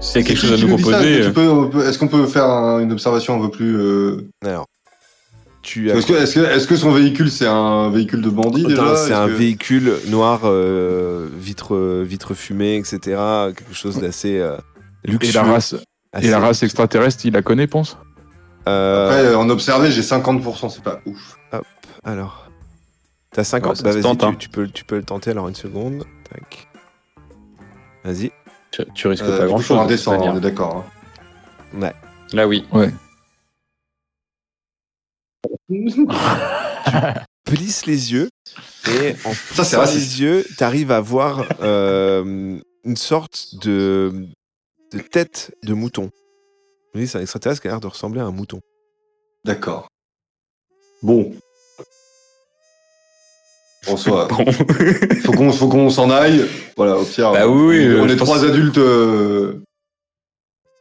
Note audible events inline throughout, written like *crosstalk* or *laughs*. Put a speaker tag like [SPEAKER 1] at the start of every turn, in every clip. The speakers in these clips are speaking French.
[SPEAKER 1] S'il y a quelque
[SPEAKER 2] Tu-
[SPEAKER 1] chose à
[SPEAKER 2] tu
[SPEAKER 1] nous
[SPEAKER 2] me dis ça,
[SPEAKER 1] proposer, euh,
[SPEAKER 2] est-ce que tu peux- on peut- Est-ce qu'on peut faire un- une observation un peu plus. euh,
[SPEAKER 3] Alors, tu as
[SPEAKER 2] Est-ce que, est-ce que- est-ce que son véhicule, c'est un véhicule de bandit déjà
[SPEAKER 3] Non, c'est
[SPEAKER 2] Est-ce
[SPEAKER 3] un
[SPEAKER 2] que-
[SPEAKER 3] véhicule noir, euh, vitre, vitre fumée, etc. Quelque chose d'assez euh, luxueux.
[SPEAKER 4] Et la race, et la
[SPEAKER 3] assez-
[SPEAKER 4] race extraterrestre, il la connaît, pense
[SPEAKER 3] Euh,
[SPEAKER 2] Après, euh, en observé, j'ai 50%, c'est pas ouf.
[SPEAKER 3] alors, t'as 50
[SPEAKER 1] Ouais, ça
[SPEAKER 3] Bah
[SPEAKER 1] se
[SPEAKER 3] vas-y,
[SPEAKER 1] tente,
[SPEAKER 3] tu,
[SPEAKER 1] hein.
[SPEAKER 3] tu peux, tu peux le tenter. Alors une seconde. Tac. Vas-y.
[SPEAKER 1] tu, tu risques
[SPEAKER 2] Euh,
[SPEAKER 1] pas grand
[SPEAKER 2] toujours
[SPEAKER 1] chose.
[SPEAKER 2] indécent, on est d'accord. hein.
[SPEAKER 1] Là,
[SPEAKER 2] *laughs*
[SPEAKER 1] oui.
[SPEAKER 2] hein.
[SPEAKER 1] *laughs*
[SPEAKER 3] plisse les yeux et en
[SPEAKER 2] *laughs* Ça, c'est
[SPEAKER 3] plissant
[SPEAKER 2] raciste.
[SPEAKER 3] les yeux, t'arrives à voir euh, une sorte de, de tête de mouton. Oui, c'est un extraterrestre qui a l'air de ressembler à un mouton.
[SPEAKER 2] D'accord. Bon.
[SPEAKER 1] *laughs*
[SPEAKER 2] François,
[SPEAKER 1] Bon.
[SPEAKER 2] faut qu'on faut qu'on s'en aille. Voilà, au pire. euh,
[SPEAKER 1] Bah oui, oui,
[SPEAKER 2] on
[SPEAKER 1] je
[SPEAKER 2] est
[SPEAKER 1] pense-
[SPEAKER 2] trois adultes euh,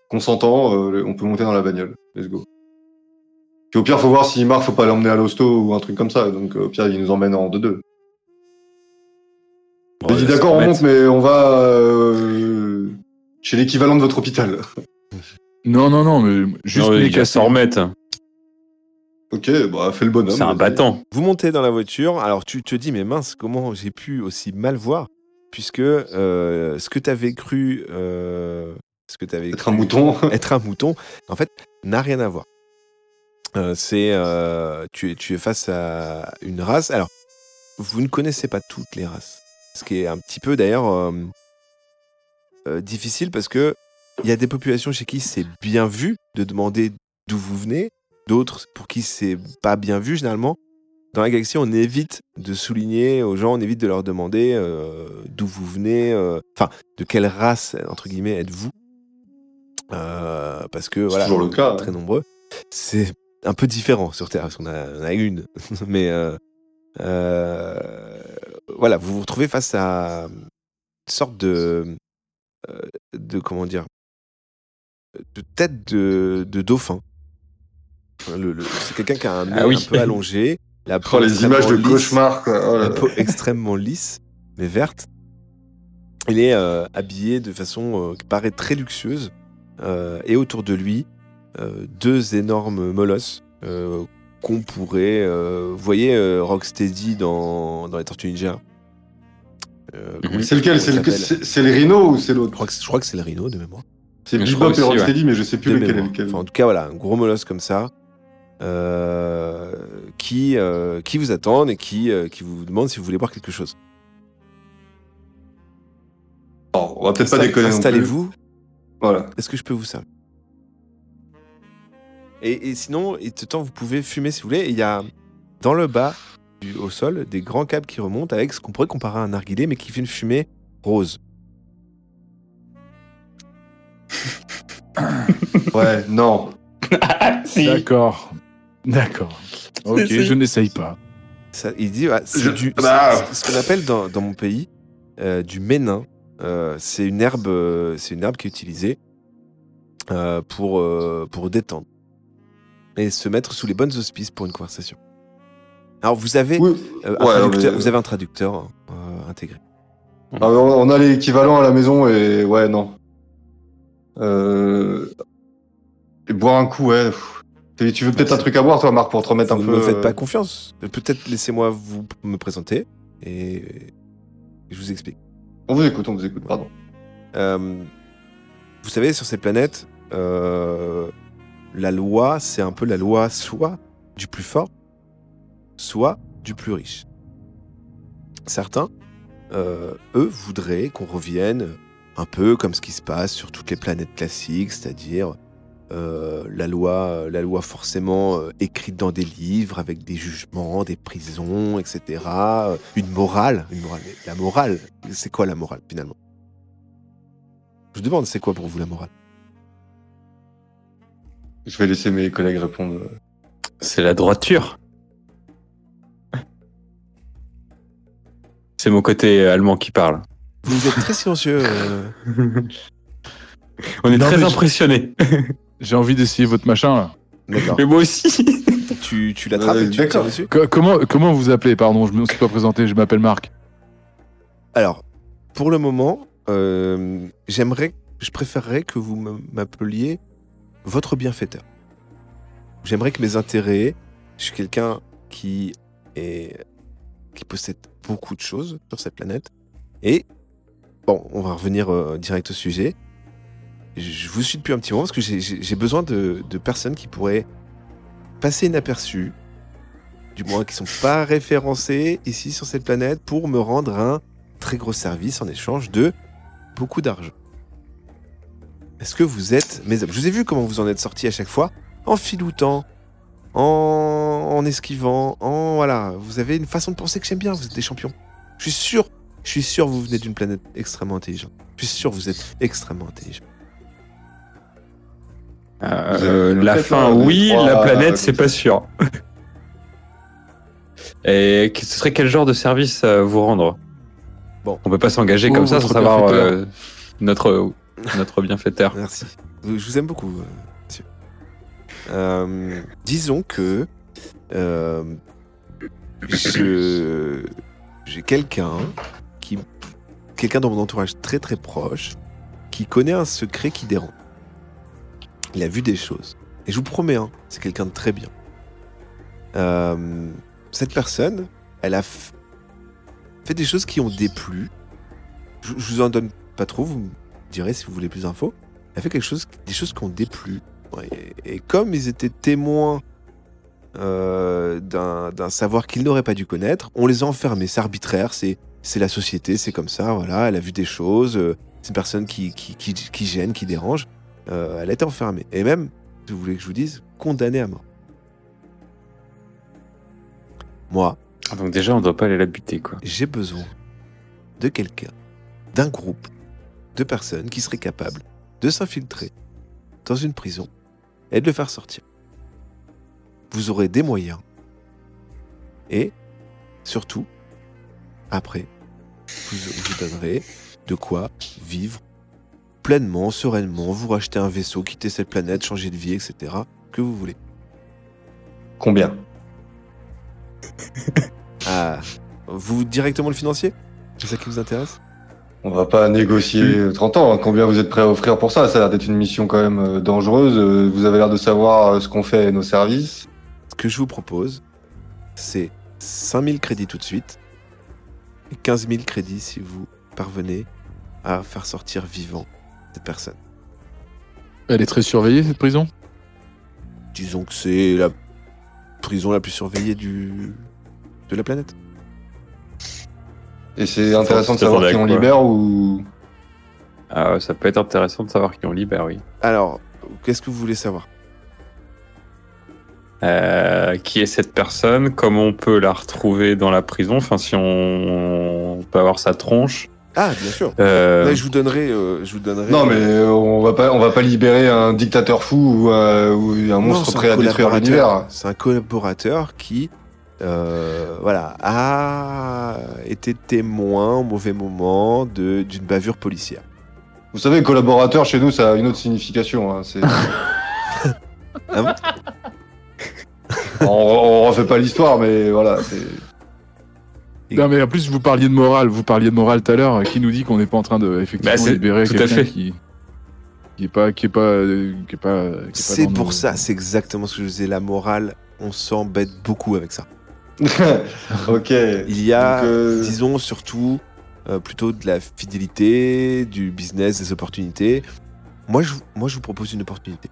[SPEAKER 2] consentants, euh, on peut monter dans la bagnole. Let's go. Puis au pire, faut voir s'il marche, faut pas l'emmener à l'hosto ou un truc comme ça. Donc euh, au pire, il nous emmène en 2-2.
[SPEAKER 1] Bon,
[SPEAKER 2] Il dit
[SPEAKER 1] laisse
[SPEAKER 2] d'accord, on
[SPEAKER 1] tomber.
[SPEAKER 2] monte, mais on va euh, chez l'équivalent de votre hôpital.
[SPEAKER 4] Non, non, non, mais juste
[SPEAKER 1] Non,
[SPEAKER 4] les
[SPEAKER 1] il va
[SPEAKER 4] casser.
[SPEAKER 1] s'en remettre.
[SPEAKER 2] Ok, bah fais le bonhomme.
[SPEAKER 1] C'est un
[SPEAKER 2] Bah vas-y.
[SPEAKER 1] battant.
[SPEAKER 3] Vous montez dans la voiture, alors tu te dis, mais mince, comment j'ai pu aussi mal voir Puisque euh, ce que t'avais cru. euh, ce que t'avais
[SPEAKER 2] Être
[SPEAKER 3] cru-
[SPEAKER 2] un mouton.
[SPEAKER 3] *laughs* être un mouton, en fait, n'a rien à voir. Euh, c'est euh, tu es tu es face à une race. Alors, vous ne connaissez pas toutes les races, ce qui est un petit peu d'ailleurs euh, euh, difficile parce que il y a des populations chez qui c'est bien vu de demander d'où vous venez, d'autres pour qui c'est pas bien vu généralement. Dans la galaxie, on évite de souligner aux gens, on évite de leur demander euh, d'où vous venez, euh, enfin de quelle race entre guillemets êtes-vous, Euh, parce que voilà,
[SPEAKER 2] toujours le cas,
[SPEAKER 3] très nombreux. C'est un peu différent sur Terre parce qu'on a, on a une, *laughs* mais euh, euh, voilà, vous vous retrouvez face à une sorte de euh, de comment dire de tête de, de dauphin. Le- le- c'est quelqu'un qui a un nez
[SPEAKER 1] Ah oui.
[SPEAKER 3] un peu allongé, la peau
[SPEAKER 2] *laughs* Oh, les images de
[SPEAKER 3] extrêmement lisse,
[SPEAKER 2] cauchemar, quoi. Oh là
[SPEAKER 3] la
[SPEAKER 2] là.
[SPEAKER 3] peau extrêmement lisse mais verte. Il est euh, habillé de façon euh, qui paraît très luxueuse euh, et autour de lui euh, deux énormes molosses euh, qu'on pourrait euh, vous voyez euh, Rocksteady dans, dans les Tortues Ninja. Euh, comment
[SPEAKER 1] Mhm.
[SPEAKER 3] il-
[SPEAKER 2] C'est lequel
[SPEAKER 3] comment il
[SPEAKER 2] C'est le,
[SPEAKER 3] s'appelle
[SPEAKER 2] c'est- c'est le rhino ou c'est
[SPEAKER 3] je
[SPEAKER 2] l'autre
[SPEAKER 3] crois, que, je crois que c'est le rhino de mémoire.
[SPEAKER 2] C'est
[SPEAKER 1] Je
[SPEAKER 2] Bebop
[SPEAKER 1] crois
[SPEAKER 2] et
[SPEAKER 1] aussi,
[SPEAKER 2] Rocksteady, mais je sais plus
[SPEAKER 3] De
[SPEAKER 2] lequel est
[SPEAKER 3] mémoire.
[SPEAKER 2] lequel.
[SPEAKER 3] Enfin, en tout cas, voilà, un gros molosse comme ça euh, qui, euh, qui vous attendent et qui, euh, qui vous demande si vous voulez boire quelque chose.
[SPEAKER 2] Bon, Oh, on va peut-être pas
[SPEAKER 3] Insta-
[SPEAKER 2] déconner. non plus.
[SPEAKER 3] Installez-vous.
[SPEAKER 2] Voilà.
[SPEAKER 3] Est-ce que je peux vous servir et, et sinon, il te tend, vous pouvez fumer si vous voulez. Et Il y a dans le bas, du- au sol, des grands câbles qui remontent avec ce qu'on pourrait comparer à un narguilé, mais qui fait une fumée rose.
[SPEAKER 2] Ouais, non.
[SPEAKER 4] D'accord. D'accord. Ok, je n'essaye pas.
[SPEAKER 3] Ça, il dit, ah, c'est
[SPEAKER 2] Je-
[SPEAKER 3] du-
[SPEAKER 2] bah.
[SPEAKER 3] c'est- c'est ce qu'on appelle dans, dans mon pays euh, du ménin. Euh, c'est une herbe, euh, c'est une herbe qui est utilisée euh, pour euh, pour détendre et se mettre sous les bonnes auspices pour une conversation. Alors vous avez
[SPEAKER 2] Oui.
[SPEAKER 3] euh, un
[SPEAKER 2] Ouais,
[SPEAKER 3] traducteur-
[SPEAKER 2] mais-
[SPEAKER 3] vous avez un traducteur euh, intégré.
[SPEAKER 2] Ah, mais on on a l'équivalent à la maison et ouais, non. Euh... Et boire un coup, ouais. pff. Et Tu veux peut-être un truc à boire, toi, Marc, pour te remettre
[SPEAKER 3] Vous
[SPEAKER 2] un
[SPEAKER 3] ne
[SPEAKER 2] peu.
[SPEAKER 3] me faites
[SPEAKER 2] euh,
[SPEAKER 3] pas confiance. Peut-être laissez-moi vous me présenter et je vous explique.
[SPEAKER 2] On vous écoute, on vous écoute, pardon.
[SPEAKER 3] Euh, vous savez, sur cette planète, euh, la loi, c'est un peu la loi soit du plus fort, soit du plus riche. Certains, euh, eux, voudraient qu'on revienne un peu comme ce qui se passe sur toutes les planètes classiques, c'est-à-dire euh, la loi, la loi forcément euh, écrite dans des livres avec des jugements, des prisons, etc. euh, Une morale, une morale. Mais La morale, c'est quoi la morale finalement Je vous demande, c'est quoi pour vous la morale
[SPEAKER 2] Je vais laisser mes collègues répondre.
[SPEAKER 1] C'est la
[SPEAKER 2] *laughs*
[SPEAKER 1] droiture. C'est mon côté euh, allemand qui parle.
[SPEAKER 3] Vous êtes très silencieux. euh.
[SPEAKER 1] On est
[SPEAKER 4] Non, mais
[SPEAKER 1] très
[SPEAKER 4] je-
[SPEAKER 1] impressionnés.
[SPEAKER 4] J'ai envie d'essayer votre machin là.
[SPEAKER 3] D'accord.
[SPEAKER 1] Mais moi aussi.
[SPEAKER 3] Tu, tu l'attrapes
[SPEAKER 2] Euh,
[SPEAKER 3] et tu le tires
[SPEAKER 2] d'accord.
[SPEAKER 3] dessus
[SPEAKER 4] Co- comment, comment vous appelez Pardon, je me suis pas présenté, je m'appelle Marc.
[SPEAKER 3] Alors, pour le moment, euh, j'aimerais je préférerais que vous m- m'appeliez votre bienfaiteur. J'aimerais que mes intérêts, je suis quelqu'un qui est qui possède beaucoup de choses sur cette planète et bon, on va revenir euh, direct au sujet. Je vous suis depuis un petit moment parce que j'ai- j'ai j'ai besoin de, de personnes qui pourraient passer inaperçues, du moins qui sont pas référencées ici sur cette planète pour me rendre un très gros service en échange de beaucoup d'argent. Est-ce que vous êtes mes hommes Je vous ai vu comment vous en êtes sortis à chaque fois, en filoutant, en, en esquivant, en voilà. Vous avez une façon de penser que j'aime bien. Vous êtes des champions. Je suis sûr. Je suis sûr. Vous venez d'une planète extrêmement intelligente. Je suis sûr. Vous êtes extrêmement intelligent.
[SPEAKER 1] Euh,
[SPEAKER 2] Vous avez
[SPEAKER 1] la
[SPEAKER 2] fait
[SPEAKER 1] fin,
[SPEAKER 2] un des
[SPEAKER 1] oui,
[SPEAKER 2] trois,
[SPEAKER 1] la
[SPEAKER 2] euh,
[SPEAKER 1] planète, c'est
[SPEAKER 2] comme
[SPEAKER 1] pas
[SPEAKER 2] ça.
[SPEAKER 1] sûr. *laughs* Et que- ce serait quel genre de service euh, vous rendre
[SPEAKER 3] Bon.
[SPEAKER 1] On peut pas s'engager
[SPEAKER 4] Oh,
[SPEAKER 1] comme ça sans
[SPEAKER 4] votre
[SPEAKER 1] savoir
[SPEAKER 4] bienfaiteur.
[SPEAKER 1] euh, notre, notre bienfaiteur.
[SPEAKER 3] *laughs* Merci. Je vous aime beaucoup, euh, monsieur. Euh, disons que euh, je- j'ai quelqu'un qui quelqu'un dans mon entourage très très proche qui connaît un secret qui dérange. Il a vu des choses. Et je vous promets, hein, c'est quelqu'un de très bien. Euh, cette personne, elle a f- fait des choses qui ont déplu. Je, je vous en donne pas trop, vous me direz si vous voulez plus d'infos. Elle a fait quelque chose, des choses qui ont déplu. Ouais, Et, et comme ils étaient témoins euh, d'un d'un savoir qu'ils n'auraient pas dû connaître, on les a enfermés. C'est arbitraire, c'est c'est la société, c'est comme ça, voilà. Elle a vu des choses, euh, c'est une personne qui, qui, qui, qui gêne, qui dérange. Euh, elle a été enfermée. Et même, si vous voulez que je vous dise, condamnée à mort. Moi,
[SPEAKER 1] Ah, Donc déjà, on doit pas aller la buter, quoi.
[SPEAKER 3] j'ai besoin de quelqu'un, d'un groupe de personnes qui seraient capables de s'infiltrer dans une prison et de le faire sortir. Vous aurez des moyens. Et surtout, après, vous vous donnerez de quoi vivre pleinement, sereinement, vous racheter un vaisseau, quitter cette planète, changer de vie, etc. Que vous voulez.
[SPEAKER 2] Combien
[SPEAKER 3] Ah, vous directement le financier C'est ça qui vous intéresse
[SPEAKER 2] On va pas négocier 30 ans. hein. Combien vous êtes prêt à offrir pour ça Ça a l'air d'être une mission quand même euh, dangereuse. Euh, Vous avez l'air de savoir euh, ce qu'on fait et nos services.
[SPEAKER 3] Ce que je vous propose, c'est 5000 crédits tout de suite et 15 000 crédits si vous parvenez à faire sortir vivant cette personne.
[SPEAKER 4] Elle est très surveillée, cette prison
[SPEAKER 3] Disons que c'est la prison la plus surveillée du... de la planète.
[SPEAKER 2] Et c'est intéressant de
[SPEAKER 1] Ça, ça
[SPEAKER 2] savoir
[SPEAKER 1] va
[SPEAKER 2] qui on
[SPEAKER 1] avec quoi
[SPEAKER 2] libère ou.
[SPEAKER 1] Ah, ça peut être intéressant de savoir qui on libère, oui.
[SPEAKER 3] Alors, qu'est-ce que vous voulez savoir
[SPEAKER 1] Euh, qui est cette personne Comment on peut la retrouver dans la prison Enfin, si on, on peut avoir sa tronche.
[SPEAKER 3] Ah, bien sûr.
[SPEAKER 1] Euh, *laughs*
[SPEAKER 3] Là, je vous donnerai... euh, je vous donnerai
[SPEAKER 2] Non, mais euh, on va pas, on va pas libérer un dictateur fou ou, euh, ou un
[SPEAKER 3] Non,
[SPEAKER 2] monstre
[SPEAKER 3] c'est un
[SPEAKER 2] prêt à détruire
[SPEAKER 3] collaborateur.
[SPEAKER 2] l'univers. hein.
[SPEAKER 3] C'est un collaborateur qui, euh, voilà, a été témoin au mauvais moment de- d'une bavure policière.
[SPEAKER 2] Vous savez, collaborateur chez nous, ça a une autre signification. hein.
[SPEAKER 3] *laughs*
[SPEAKER 2] C'est-
[SPEAKER 3] Ah bon
[SPEAKER 2] on, on refait pas l'histoire, mais voilà.
[SPEAKER 3] *laughs*
[SPEAKER 2] c'est- *laughs*
[SPEAKER 3] Et-
[SPEAKER 4] Non, mais en plus, vous parliez de morale. Vous parliez de morale tout à l'heure. Qui nous dit qu'on n'est pas en train de effectivement
[SPEAKER 1] Bah, c'est-
[SPEAKER 4] libérer
[SPEAKER 1] tout à
[SPEAKER 4] quelqu'un
[SPEAKER 1] fait.
[SPEAKER 4] qui qui est pas qui est pas euh, qui est pas. qui est pas
[SPEAKER 3] C'est
[SPEAKER 4] dans
[SPEAKER 3] pour
[SPEAKER 4] nos-
[SPEAKER 3] ça, c'est exactement ce que je disais. La morale, on s'embête beaucoup avec ça.
[SPEAKER 2] ok.
[SPEAKER 3] Il y a,
[SPEAKER 2] Donc, euh,
[SPEAKER 3] disons, surtout euh, plutôt de la fidélité, du business, des opportunités. Moi je, moi, je vous propose une opportunité.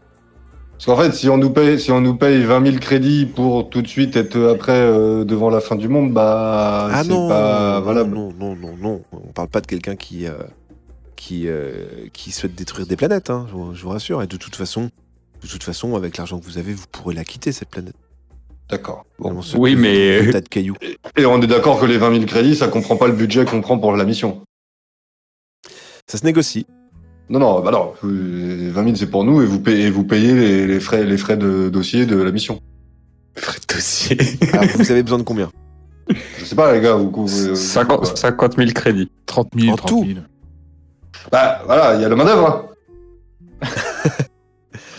[SPEAKER 2] Parce qu'en fait, si on nous paye, si on nous paye 20 000 crédits pour tout de suite être après euh, devant la fin du monde, bah
[SPEAKER 3] Ah
[SPEAKER 2] c'est
[SPEAKER 3] non,
[SPEAKER 2] pas
[SPEAKER 3] non,
[SPEAKER 2] valable.
[SPEAKER 3] non, non, non, non. On parle pas de quelqu'un qui, euh, qui, euh, qui souhaite détruire des planètes, hein, je, vous- je vous rassure. Et de toute façon, de toute façon avec l'argent que vous avez, vous pourrez la quitter, cette planète.
[SPEAKER 2] D'accord.
[SPEAKER 3] On
[SPEAKER 2] Bon.
[SPEAKER 3] se
[SPEAKER 1] Oui,
[SPEAKER 3] pose
[SPEAKER 1] mais-
[SPEAKER 3] Des tas de cailloux.
[SPEAKER 2] Et on est d'accord que les 20 000 crédits, ça comprend pas le budget qu'on prend pour la mission.
[SPEAKER 3] Ça
[SPEAKER 2] *laughs*
[SPEAKER 3] se négocie.
[SPEAKER 2] Non, non, bah non. euh, 20 000 c'est pour nous et vous payez, et vous payez les, les frais, les frais de dossier de la mission.
[SPEAKER 1] Fred Dossier.
[SPEAKER 3] Alors, vous avez besoin de combien
[SPEAKER 2] Je sais pas, les gars, vous. vous- vous-
[SPEAKER 1] 50, 50 000 crédits.
[SPEAKER 4] 30 000,
[SPEAKER 3] En
[SPEAKER 4] 30
[SPEAKER 3] tout.
[SPEAKER 4] 000.
[SPEAKER 2] Bah voilà, il y a la main d'œuvre. hein.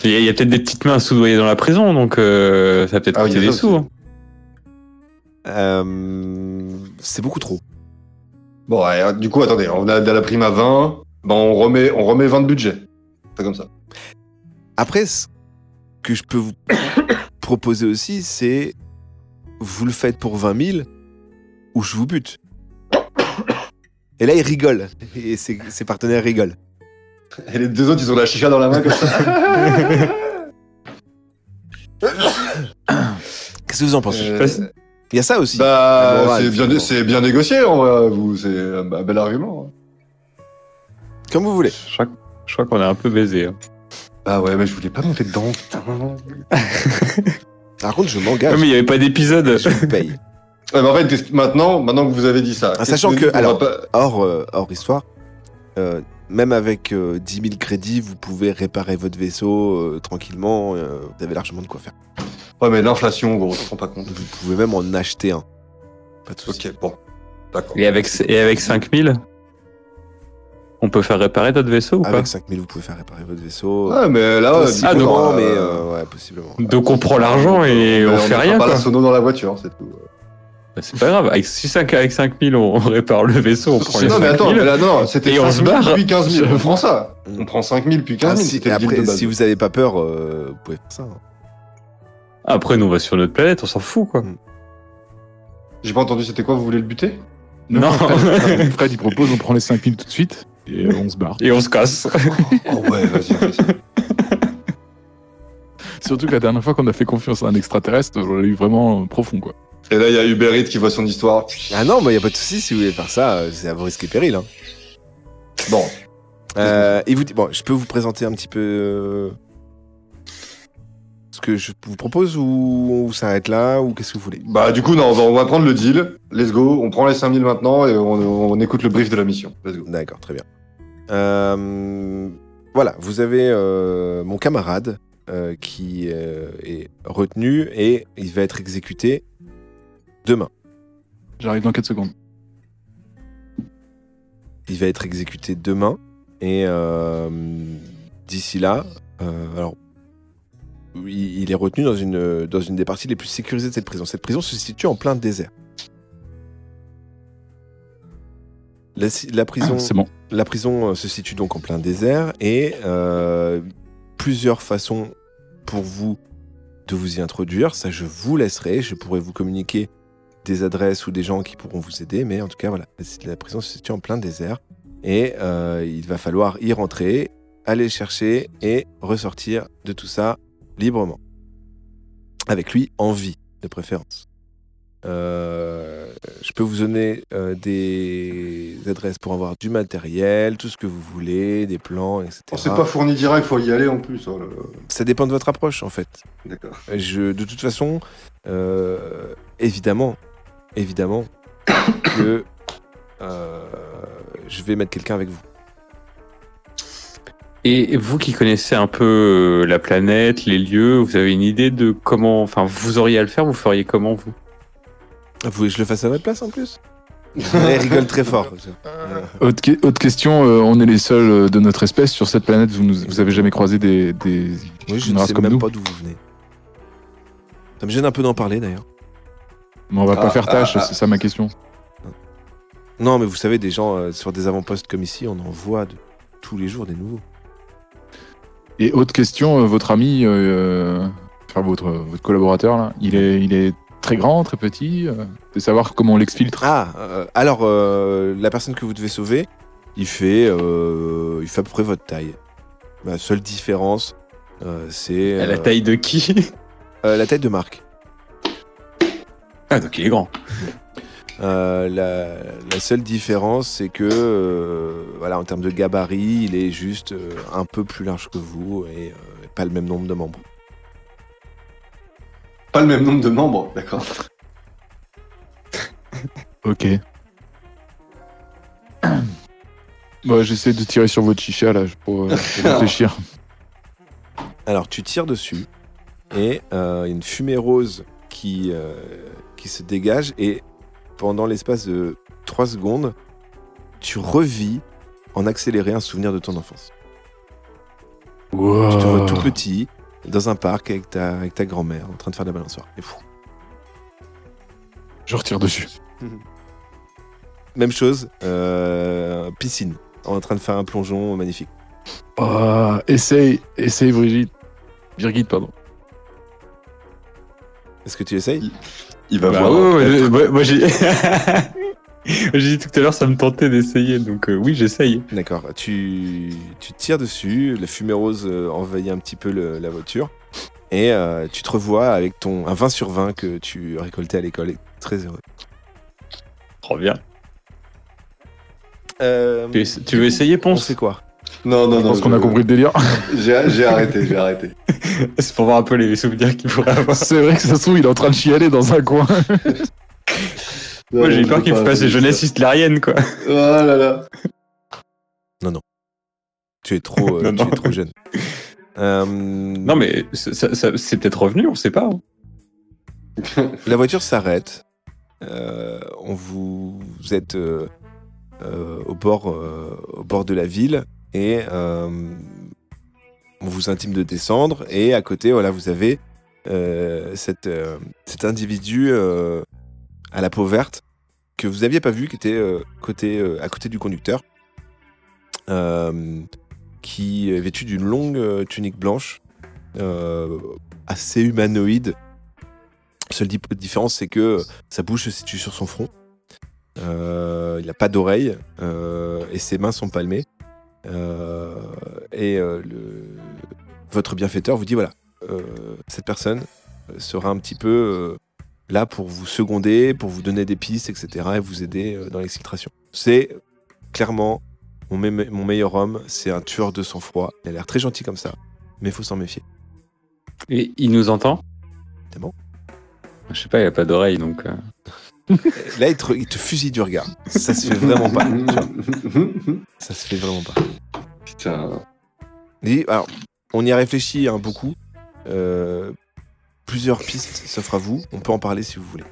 [SPEAKER 1] Il y a, il y a peut-être des petites mains soudoyées dans la prison, donc euh, ça va peut-être
[SPEAKER 2] Ah oui,
[SPEAKER 1] coûter
[SPEAKER 2] il y a
[SPEAKER 1] des
[SPEAKER 2] ça
[SPEAKER 1] sous.
[SPEAKER 2] aussi.
[SPEAKER 1] hein.
[SPEAKER 3] Euh, C'est beaucoup trop.
[SPEAKER 2] euh, Bon, ouais, du coup, attendez, on a de la prime à 20. Ben, on remet, on remet 20 de budget. C'est comme ça.
[SPEAKER 3] Après, ce que je peux vous *coughs* proposer aussi, c'est vous le faites pour 20 000 ou je vous bute. Et là, il rigole. Et ses, ses partenaires rigolent.
[SPEAKER 2] Et les deux autres, ils ont la chicha dans la main comme ça.
[SPEAKER 3] Qu'est-ce que vous en pensez
[SPEAKER 2] Euh,
[SPEAKER 1] Facile.
[SPEAKER 3] Il y a ça aussi. la
[SPEAKER 2] bah,
[SPEAKER 3] morale,
[SPEAKER 2] c'est bien,
[SPEAKER 3] finalement.
[SPEAKER 2] c'est bien négocié, en vrai, vous. C'est un un bel argument. hein.
[SPEAKER 3] Comme vous voulez.
[SPEAKER 1] Je crois, que- je crois qu'on est un peu baisé. hein.
[SPEAKER 2] Ah ouais, mais je voulais pas monter dedans, putain.
[SPEAKER 3] Par contre, je
[SPEAKER 1] Ouais,
[SPEAKER 3] m'engage.
[SPEAKER 1] mais il n'y avait pas d'épisode.
[SPEAKER 3] Je vous paye.
[SPEAKER 2] Ouais, mais en fait, qu'est-ce que- maintenant, maintenant Ah, que vous avez dit ça. qu'est-ce
[SPEAKER 3] sachant que-
[SPEAKER 2] on va
[SPEAKER 3] alors-
[SPEAKER 2] pas-
[SPEAKER 3] Hors, euh, hors histoire, euh, même avec euh, 10 000 crédits, vous pouvez réparer votre vaisseau euh, tranquillement. euh, vous avez largement de quoi faire.
[SPEAKER 2] Ouais, mais l'inflation, gros, tu te rends pas compte.
[SPEAKER 3] Vous pouvez même en acheter un. Pas de souci.
[SPEAKER 2] Ok, bon. D'accord.
[SPEAKER 1] Et avec, et avec 5000, on peut faire réparer notre vaisseau ou pas
[SPEAKER 3] Avec 5 000, vous pouvez faire réparer votre vaisseau.
[SPEAKER 2] Ouais, mais là, euh,
[SPEAKER 3] Ah, possiblement,
[SPEAKER 2] du coup,
[SPEAKER 1] donc-
[SPEAKER 3] mais
[SPEAKER 2] euh,
[SPEAKER 3] euh, ouais, possiblement.
[SPEAKER 1] Donc on prend l'argent et
[SPEAKER 2] mais
[SPEAKER 1] on, fait
[SPEAKER 2] mettra
[SPEAKER 1] rien.
[SPEAKER 2] pas
[SPEAKER 1] quoi.
[SPEAKER 2] la sono dans la voiture, c'est tout.
[SPEAKER 1] Bah, C'est pas grave. Avec, si cinq- avec 5000, on, *laughs* on répare le vaisseau, on prend les
[SPEAKER 2] non, mais
[SPEAKER 1] 5000.
[SPEAKER 2] attends, mais là, non, c'était
[SPEAKER 1] Et on
[SPEAKER 2] 5
[SPEAKER 1] se
[SPEAKER 2] 000
[SPEAKER 1] barre.
[SPEAKER 2] puis 15 000. On prend ça.
[SPEAKER 3] Mm.
[SPEAKER 2] On prend 5 000 puis
[SPEAKER 3] Ah,
[SPEAKER 2] 15 000.
[SPEAKER 3] si,
[SPEAKER 2] c'était le deal
[SPEAKER 3] après,
[SPEAKER 2] de base.
[SPEAKER 3] si vous n'avez pas peur, euh, vous pouvez faire ça. hein.
[SPEAKER 1] Après, nous, on va sur notre planète, on s'en fout, quoi.
[SPEAKER 2] J'ai pas entendu, c'était quoi Vous voulez le buter
[SPEAKER 1] Non.
[SPEAKER 4] Fred, Fred, il propose, on prend les 5000 tout de suite et euh, on se barre.
[SPEAKER 1] Et on se casse. *laughs*
[SPEAKER 2] Oh ouais, vas-y, vas-y.
[SPEAKER 4] Surtout que la dernière fois qu'on a fait confiance à un extraterrestre, on l'a eu vraiment euh, profond, quoi.
[SPEAKER 2] Et là, il y a Uber Eats qui voit son histoire.
[SPEAKER 3] Ah non, il n'y a pas de souci si vous voulez faire ça, euh, c'est à vos risques et périls. hein.
[SPEAKER 2] Bon,
[SPEAKER 3] Euh, et vous, dit- bon, je peux vous présenter un petit peu euh, ce que je vous propose ou on s'arrête là ou qu'est-ce que vous voulez
[SPEAKER 2] bah du coup, non, on va- on va prendre le deal. Let's go. On prend les 5 000 maintenant et on, on écoute le brief de la mission. Let's go.
[SPEAKER 3] D'accord, très bien. Euh, voilà, vous avez euh, mon camarade euh, qui euh, est retenu et il va être exécuté demain.
[SPEAKER 4] J'arrive dans 4 secondes.
[SPEAKER 3] Il va être exécuté demain. Et euh, d'ici là, euh, alors, il, il est retenu dans une, dans une des parties les plus sécurisées de cette prison. Cette prison se situe en plein désert. La, si- la prison,
[SPEAKER 4] Ah, C'est bon.
[SPEAKER 3] la prison euh, se situe donc en plein désert et euh, plusieurs façons pour vous de vous y introduire. Ça, je vous laisserai. Je pourrai vous communiquer des adresses ou des gens qui pourront vous aider. Mais en tout cas, voilà, la- la prison se situe en plein désert et euh, il va falloir y rentrer, aller le chercher et ressortir de tout ça librement. Avec lui en vie, de préférence. Euh, je peux vous donner euh, des adresses pour avoir du matériel, tout ce que vous voulez, des plans, etc.
[SPEAKER 2] On s'est Oh, pas fourni direct, faut y aller en plus. oh là là.
[SPEAKER 3] Ça dépend de votre approche, en fait.
[SPEAKER 2] D'accord.
[SPEAKER 3] Je, de toute façon, euh, évidemment, évidemment *coughs* que euh, je vais mettre quelqu'un avec vous.
[SPEAKER 1] Et vous qui connaissez un peu euh, la planète, les lieux, vous avez une idée de comment. Enfin, vous auriez à le faire, vous feriez comment, vous
[SPEAKER 3] Vous voulez que je le fasse à votre place en plus *laughs* Elle rigole très fort.
[SPEAKER 4] Autre, que- autre question, euh, on est les seuls euh, de notre espèce sur cette planète. Vous, nous, vous avez jamais croisé des, des-
[SPEAKER 3] Oui, je
[SPEAKER 4] une
[SPEAKER 3] ne
[SPEAKER 4] race
[SPEAKER 3] sais
[SPEAKER 4] comme
[SPEAKER 3] même
[SPEAKER 4] nous
[SPEAKER 3] pas d'où vous venez. Ça me gêne un peu d'en parler d'ailleurs.
[SPEAKER 4] Mais on va
[SPEAKER 2] Ah,
[SPEAKER 4] pas faire
[SPEAKER 2] ah,
[SPEAKER 4] tâche,
[SPEAKER 2] ah.
[SPEAKER 4] c'est ça ma question.
[SPEAKER 3] Non, mais vous savez, des gens euh, sur des avant-postes comme ici, on en voit de- tous les jours des nouveaux.
[SPEAKER 4] Et autre question, euh, votre ami, euh, enfin votre, votre collaborateur, là, il est, il est très grand, très petit. euh, de savoir comment on l'exfiltre.
[SPEAKER 3] Ah, euh, alors euh, la personne que vous devez sauver, il fait, euh, il fait à peu près votre taille. La seule différence, euh, c'est
[SPEAKER 1] À La
[SPEAKER 3] euh,
[SPEAKER 1] taille de qui
[SPEAKER 3] euh, la taille de Marc.
[SPEAKER 1] *laughs* Ah, donc il est grand.
[SPEAKER 3] Euh, la, la seule différence, c'est que, euh, voilà, en termes de gabarit, il est juste euh, un peu plus large que vous et euh, pas le même nombre de membres.
[SPEAKER 2] Pas le même nombre de membres, d'accord.
[SPEAKER 4] Ok. *clears throat* Moi, Bah, j'essaie de tirer sur votre chicha là pour, euh, pour
[SPEAKER 2] *laughs*
[SPEAKER 4] réfléchir.
[SPEAKER 3] Alors tu tires dessus et euh, il y a une fumée rose qui, euh, qui se dégage et pendant l'espace de 3 secondes, tu revis en accéléré un souvenir de ton enfance. Tu te vois tout
[SPEAKER 4] Oh.
[SPEAKER 3] petit dans un parc avec ta, avec ta grand-mère en train de faire de la balançoire. Et fou.
[SPEAKER 4] Je retire dessus.
[SPEAKER 3] Même chose, euh, piscine. en train de faire un plongeon magnifique.
[SPEAKER 4] Oh, essaye, essaye Brigitte. Birgit, pardon.
[SPEAKER 3] Est-ce que tu essayes
[SPEAKER 2] Il va
[SPEAKER 1] Bah
[SPEAKER 2] voir.
[SPEAKER 1] ouais, ouais, ouais, ouais, moi, j'ai. J'ai dit tout à l'heure, ça me tentait d'essayer, donc euh, oui, j'essaye.
[SPEAKER 3] D'accord. Tu, tu tires dessus, la fumée rose euh, envahit un petit peu le- la voiture. Et euh, tu te revois avec ton un 20 sur 20 que tu récoltais à l'école. Et Très heureux.
[SPEAKER 1] Trop bien.
[SPEAKER 3] Euh,
[SPEAKER 1] Tu, es- tu veux essayer,
[SPEAKER 3] On
[SPEAKER 1] Ponce
[SPEAKER 3] sait quoi
[SPEAKER 2] Non, non,
[SPEAKER 4] Je
[SPEAKER 2] non.
[SPEAKER 4] pense qu'on a
[SPEAKER 2] je-
[SPEAKER 4] compris le délire.
[SPEAKER 2] *laughs* J'ai j'ai arrêté, j'ai arrêté.
[SPEAKER 1] C'est pour voir un peu les souvenirs qu'il pourrait
[SPEAKER 4] *laughs*
[SPEAKER 1] avoir.
[SPEAKER 4] C'est vrai que ça se trouve, il est en train de chialer dans un coin.
[SPEAKER 1] Moi, j'ai
[SPEAKER 2] Non,
[SPEAKER 1] peur
[SPEAKER 2] je
[SPEAKER 1] qu'il
[SPEAKER 2] peux
[SPEAKER 1] me
[SPEAKER 2] pas
[SPEAKER 1] fasse des
[SPEAKER 2] arrêter
[SPEAKER 1] jeunesses hitlériennes, quoi.
[SPEAKER 2] ça. Oh là là.
[SPEAKER 3] Tu es trop,
[SPEAKER 1] *laughs* Non,
[SPEAKER 3] euh, tu
[SPEAKER 1] non.
[SPEAKER 3] es trop jeune. Euh,
[SPEAKER 1] Non, mais ça- ça- ça- c'est peut-être revenu, on sait pas. hein.
[SPEAKER 3] La voiture s'arrête. Euh, on vous, vous êtes euh, euh, au, bord, euh, au bord de la ville et euh, on vous intime de descendre. Et à côté, voilà, vous avez euh, cette, euh, cet individu euh, à la peau verte que vous n'aviez pas vu, qui était euh, côté, euh, à côté du conducteur, euh, qui est vêtu d'une longue euh, tunique blanche, euh, assez humanoïde. La seule dip- différence, c'est que sa bouche se situe sur son front. Euh, il n'a pas d'oreille euh, et ses mains sont palmées. Euh, et euh, le- votre bienfaiteur vous dit voilà, euh, cette personne sera un petit peu euh, là pour vous seconder, pour vous donner des pistes, etc. et vous aider euh, dans l'exfiltration. C'est clairement mon, me- mon meilleur homme, c'est un tueur de sang-froid. Il a l'air très gentil comme ça, mais il faut s'en méfier.
[SPEAKER 1] Et il nous entend
[SPEAKER 3] Évidemment.
[SPEAKER 1] Je sais pas, il a pas d'oreille, donc. euh.
[SPEAKER 3] Là, il te, il te fusille du regard. Ça se fait vraiment pas. tu vois. Ça se fait vraiment pas.
[SPEAKER 2] *laughs* Putain.
[SPEAKER 3] Et, alors, on y a réfléchi hein, beaucoup. Euh, plusieurs pistes s'offrent à vous. On peut en parler si vous voulez.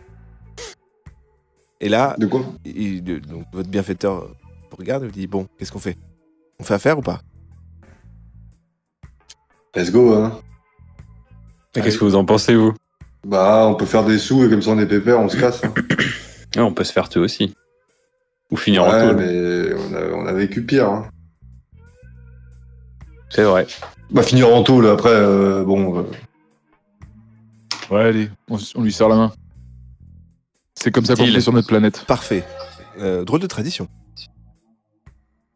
[SPEAKER 3] Et là,
[SPEAKER 2] De quoi
[SPEAKER 3] il- le- donc, votre bienfaiteur euh, vous regarde et vous dit Bon, qu'est-ce qu'on fait On fait affaire ou pas
[SPEAKER 2] Let's go, hein. Ah
[SPEAKER 1] Et Qu'est-ce que vous en pensez, vous
[SPEAKER 2] Bah, on peut faire des sous et comme ça on est pépère, on se casse. hein.
[SPEAKER 1] Ah, On peut se faire tuer aussi. Ou finir en
[SPEAKER 2] Ouais,
[SPEAKER 1] taule.
[SPEAKER 2] mais on a, on a vécu pire. hein.
[SPEAKER 1] C'est vrai.
[SPEAKER 2] Bah, finir en taule après, euh, bon. euh,
[SPEAKER 4] Ouais, allez, on, on lui serre la main. C'est comme ça qu'on
[SPEAKER 1] Deal.
[SPEAKER 4] fait sur notre planète.
[SPEAKER 3] Parfait. Euh, drôle de tradition.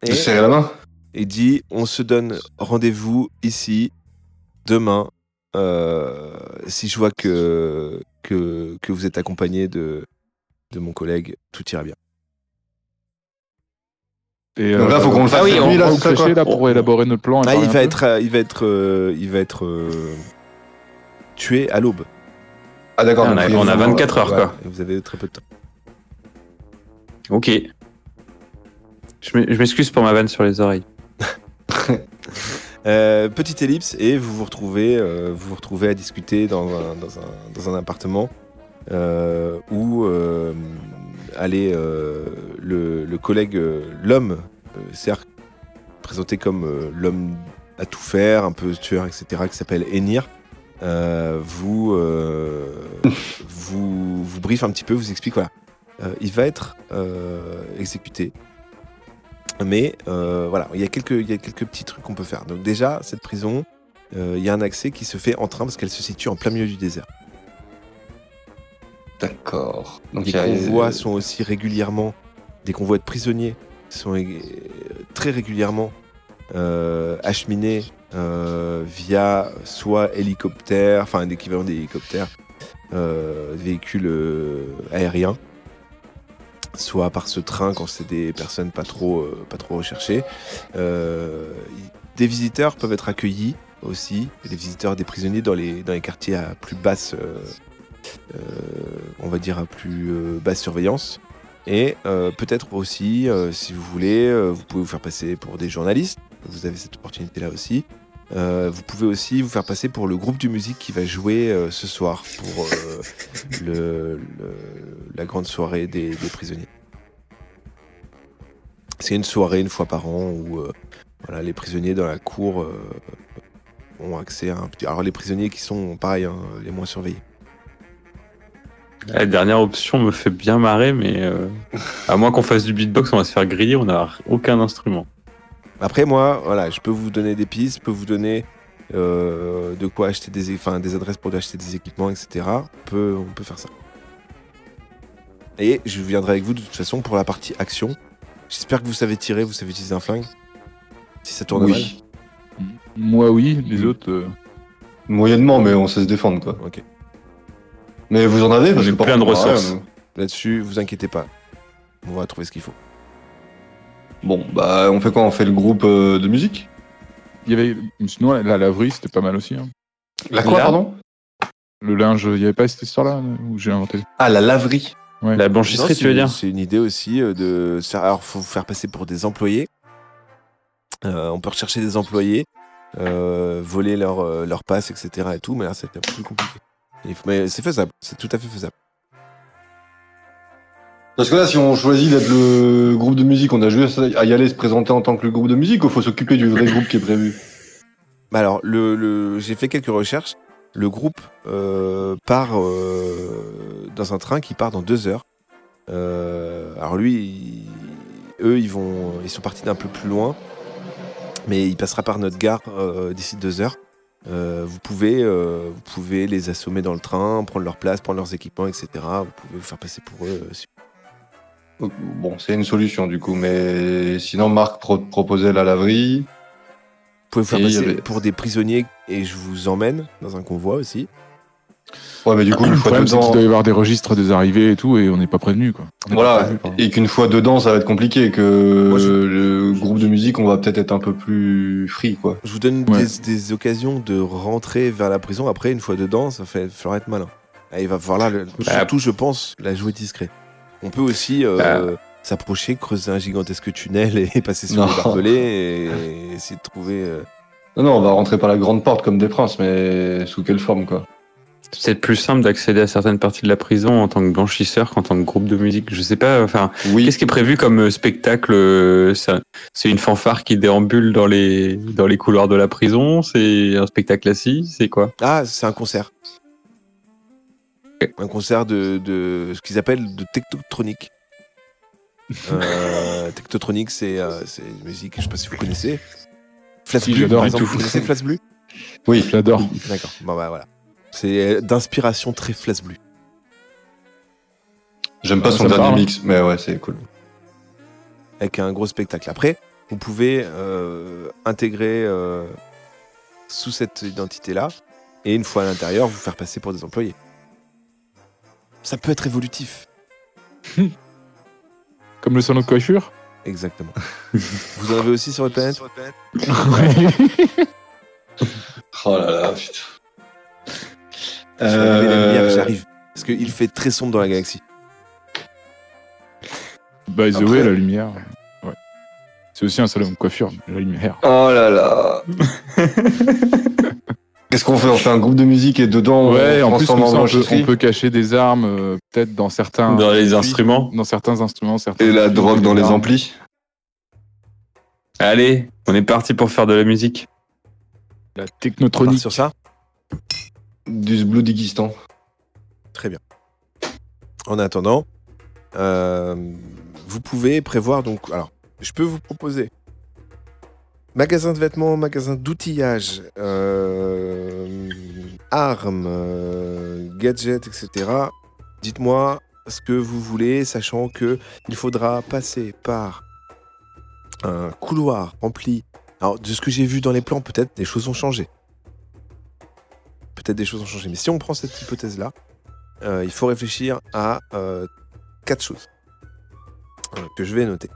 [SPEAKER 3] Et
[SPEAKER 2] se serrer la main
[SPEAKER 3] il dit On se donne rendez-vous ici, demain. Euh, si je vois que, que, que vous êtes accompagné de, de mon collègue, tout ira bien.
[SPEAKER 4] Et, euh,
[SPEAKER 2] Donc là, faut qu'on le fasse
[SPEAKER 1] Ah oui,
[SPEAKER 2] lui,
[SPEAKER 1] on-
[SPEAKER 2] là,
[SPEAKER 4] va
[SPEAKER 2] c'est
[SPEAKER 4] au
[SPEAKER 2] ça,
[SPEAKER 4] clocher, là,
[SPEAKER 2] quoi
[SPEAKER 4] pour élaborer notre plan. et
[SPEAKER 3] Ah,
[SPEAKER 4] parler
[SPEAKER 3] il
[SPEAKER 4] un
[SPEAKER 3] va,
[SPEAKER 4] peu.
[SPEAKER 3] être, euh, il va être, euh, il va être, euh, tué à l'aube.
[SPEAKER 2] Ah, d'accord.
[SPEAKER 1] Ah, on
[SPEAKER 2] donc,
[SPEAKER 1] a-
[SPEAKER 2] oui,
[SPEAKER 1] on a
[SPEAKER 2] oui,
[SPEAKER 1] 24 heures,
[SPEAKER 2] ouais.
[SPEAKER 1] quoi.
[SPEAKER 3] Et vous avez très peu de temps.
[SPEAKER 1] Ok. Je m'e- je m'excuse pour ma vanne sur les oreilles.
[SPEAKER 3] Euh, petite ellipse et vous vous retrouvez, euh, vous vous retrouvez à discuter dans un, dans un- dans un appartement euh, où euh, allez, euh, le, le collègue, euh, l'homme, euh, certes présenté comme euh, l'homme à tout faire, un peu tueur, etc., qui s'appelle Enir, euh, vous, euh, vous vous briefe un petit peu, vous explique voilà, euh, il va être euh, exécuté. Mais euh, voilà, il y, a quelques, il y a quelques petits trucs qu'on peut faire. Donc déjà, cette prison, euh, il y a un accès qui se fait en train parce qu'elle se situe en plein milieu du désert.
[SPEAKER 2] D'accord. Donc,
[SPEAKER 3] Les
[SPEAKER 2] il y a-
[SPEAKER 3] convois sont aussi régulièrement, des convois de prisonniers sont ég- très régulièrement euh, acheminés euh, via soit hélicoptère, enfin un équivalent des hélicoptères, euh, véhicules euh, aériens, soit par ce train quand c'est des personnes pas trop, euh, pas trop recherchées. Euh, y- des visiteurs peuvent être accueillis aussi, des visiteurs, des prisonniers dans les, dans les quartiers à plus basse euh, euh, on va dire à plus euh, basse surveillance. Et euh, peut-être aussi, euh, si vous voulez, euh, vous pouvez vous faire passer pour des journalistes. Vous avez cette opportunité-là aussi. Euh, vous pouvez aussi vous faire passer pour le groupe de musique qui va jouer euh, ce soir pour euh, le- le- la grande soirée des, des prisonniers. C'est une soirée une fois par an où euh, voilà, les prisonniers dans la cour euh, ont accès à un petit... Alors les prisonniers qui sont, pareil, hein, les moins surveillés.
[SPEAKER 1] La dernière option me fait bien marrer, mais euh, à moins qu'on fasse du beatbox, on va se faire griller, on n'a aucun instrument.
[SPEAKER 3] Après, moi, voilà, je peux vous donner des pistes, je peux vous donner euh, de quoi acheter des, enfin, des adresses pour acheter des équipements, etc. On peut, on peut faire ça. Et je viendrai avec vous de toute façon pour la partie action. J'espère que vous savez tirer, vous savez utiliser un flingue. Si ça tourne mal.
[SPEAKER 2] Oui.
[SPEAKER 4] Moi, oui, les
[SPEAKER 2] Mm.
[SPEAKER 4] autres. euh,
[SPEAKER 2] Moyennement, mais on sait se défendre, quoi.
[SPEAKER 3] Ok.
[SPEAKER 2] Mais vous en avez parce
[SPEAKER 1] est
[SPEAKER 2] que euh, par
[SPEAKER 1] plein de
[SPEAKER 2] contre, on a
[SPEAKER 1] ressources.
[SPEAKER 2] rien,
[SPEAKER 3] Là-dessus, vous inquiétez pas. On va trouver ce qu'il faut.
[SPEAKER 2] nous. Bon, bah, on fait quoi On fait le groupe euh, de musique
[SPEAKER 4] Il y avait. Sinon, la, la laverie, c'était pas mal aussi. hein.
[SPEAKER 2] La
[SPEAKER 1] quoi,
[SPEAKER 2] pardon
[SPEAKER 4] Le linge, il y avait pas cette histoire-là euh, où j'ai inventé.
[SPEAKER 2] Ah, la laverie.
[SPEAKER 4] Ouais.
[SPEAKER 1] La
[SPEAKER 3] Non,
[SPEAKER 1] blanchisserie,
[SPEAKER 3] c'est
[SPEAKER 1] tu veux
[SPEAKER 3] une-
[SPEAKER 1] dire
[SPEAKER 3] C'est une idée aussi euh, de. ça- Alors, faut vous faire passer pour des employés. Euh, on peut rechercher des employés, euh, voler leur, euh, leur passe, etc. Et tout, mais là, c'est un peu plus compliqué. Il faut- Mais c'est faisable, c'est tout à fait faisable.
[SPEAKER 2] Parce que là, si on choisit d'être le groupe de musique, on a juste à y aller se présenter en tant que le groupe de musique ou faut s'occuper du vrai groupe qui est prévu
[SPEAKER 3] Bah alors, le, le- j'ai fait quelques recherches. Le groupe euh, part euh, dans un train qui part dans deux heures. Euh, alors lui, il- eux, ils vont, ils sont partis d'un peu plus loin, mais il passera par notre gare euh, d'ici deux heures. Euh, vous pouvez, euh, vous pouvez les assommer dans le train, prendre leur place, prendre leurs équipements, etc. Vous pouvez vous faire passer pour eux. euh, si-
[SPEAKER 2] Donc, Euh, Bon, c'est une solution du coup, mais sinon, Marc pro- proposait la laverie.
[SPEAKER 3] Vous pouvez vous faire
[SPEAKER 2] Et il y
[SPEAKER 3] passer
[SPEAKER 2] avait-
[SPEAKER 3] pour des prisonniers et je vous emmène dans un convoi aussi.
[SPEAKER 2] Ouais, mais du coup, une
[SPEAKER 4] Le
[SPEAKER 2] fois
[SPEAKER 4] problème, c'est qu'il
[SPEAKER 2] dedans.
[SPEAKER 4] doit y avoir des registres des arrivées et tout, et on n'est pas prévenu, quoi. On n'est pas
[SPEAKER 2] Voilà,
[SPEAKER 4] prévenu, pardon.
[SPEAKER 2] et qu'une fois dedans, ça va être compliqué. Que
[SPEAKER 3] Moi, je-
[SPEAKER 2] le groupe de musique, on va peut-être être un peu plus free, quoi.
[SPEAKER 3] Je vous donne
[SPEAKER 4] Ouais.
[SPEAKER 3] des, des occasions de rentrer vers la prison. Après, une fois dedans, ça fait falloir être malin. Ah, il va falloir là, le-
[SPEAKER 1] Bah,
[SPEAKER 3] surtout, je pense, la jouer discret. On peut aussi euh,
[SPEAKER 4] Ah.
[SPEAKER 1] Bah.
[SPEAKER 3] s'approcher, creuser un gigantesque tunnel et, passer sur
[SPEAKER 2] Non.
[SPEAKER 3] les barbelés et, et essayer de trouver. euh,
[SPEAKER 2] Non, non, on va rentrer par la grande porte comme des princes, mais sous quelle forme, quoi.
[SPEAKER 1] C'est peut-être plus simple d'accéder à certaines parties de la prison en tant que blanchisseur qu'en tant que groupe de musique. Je sais pas, enfin,
[SPEAKER 2] Oui,
[SPEAKER 1] qu'est-ce qui est prévu comme euh, spectacle euh, ça- C'est une fanfare qui déambule dans les, dans les couloirs de la prison C'est un spectacle assis C'est quoi
[SPEAKER 3] Ah, c'est un concert.
[SPEAKER 1] Ok.
[SPEAKER 3] Un concert de, de ce qu'ils appellent de tectotronique.
[SPEAKER 4] *laughs*
[SPEAKER 3] Euh, tectotronique, c'est euh, c'est une musique, je sais pas si vous connaissez. Flash
[SPEAKER 4] Si,
[SPEAKER 3] Blue,
[SPEAKER 4] j'adore
[SPEAKER 3] par
[SPEAKER 4] et
[SPEAKER 3] exemple.
[SPEAKER 4] tout.
[SPEAKER 3] Vous connaissez Flash Blue
[SPEAKER 2] oui.
[SPEAKER 4] J'adore.
[SPEAKER 3] D'accord. Bon bah voilà. C'est euh, d'inspiration très flasblue.
[SPEAKER 2] J'aime pas
[SPEAKER 4] Ça
[SPEAKER 2] son
[SPEAKER 4] me
[SPEAKER 2] dernier
[SPEAKER 4] parle.
[SPEAKER 2] mix, mais ouais, c'est cool.
[SPEAKER 3] avec un gros spectacle. Après, vous pouvez euh, intégrer euh, sous cette identité-là, et une fois à l'intérieur, vous faire passer pour des employés. Ça peut être évolutif.
[SPEAKER 4] Comme le salon de coiffure
[SPEAKER 3] Exactement. vous en avez aussi sur votre planète
[SPEAKER 2] Oh là là, putain.
[SPEAKER 3] Je vais allumer la lumière,
[SPEAKER 2] Euh,
[SPEAKER 3] J'arrive. Parce qu'il fait très sombre dans la galaxie.
[SPEAKER 4] By the
[SPEAKER 2] Après-
[SPEAKER 4] way, la lumière. Ouais. C'est aussi un salon de coiffure, la lumière.
[SPEAKER 2] Oh là là.
[SPEAKER 4] *laughs*
[SPEAKER 2] Qu'est-ce qu'on fait On fait un groupe de musique et dedans,
[SPEAKER 4] Ouais, en plus,
[SPEAKER 2] transforme
[SPEAKER 4] comme ça, on, peut,
[SPEAKER 2] blanchisserie.
[SPEAKER 4] on peut cacher des armes, euh, peut-être dans certains.
[SPEAKER 1] Dans les
[SPEAKER 4] circuits,
[SPEAKER 1] instruments
[SPEAKER 4] Dans certains instruments, certains.
[SPEAKER 2] Et la drogue dans les
[SPEAKER 4] armes.
[SPEAKER 2] amplis.
[SPEAKER 1] Allez, on est parti pour faire de la musique.
[SPEAKER 4] La
[SPEAKER 3] On part
[SPEAKER 4] technotronique.
[SPEAKER 3] sur ça
[SPEAKER 2] Du Blue Digistan.
[SPEAKER 3] Très bien. En attendant, euh, vous pouvez prévoir donc. Alors, je peux vous proposer magasin de vêtements, magasin d'outillage, euh, armes, euh, gadgets, etc. Dites-moi ce que vous voulez, sachant que il faudra passer par un couloir rempli. Alors, de ce que j'ai vu dans les plans, peut-être des choses ont changé. Peut-être des choses ont changé. Mais si on prend cette hypothèse-là, euh, il faut réfléchir à euh, quatre choses euh, que je vais noter.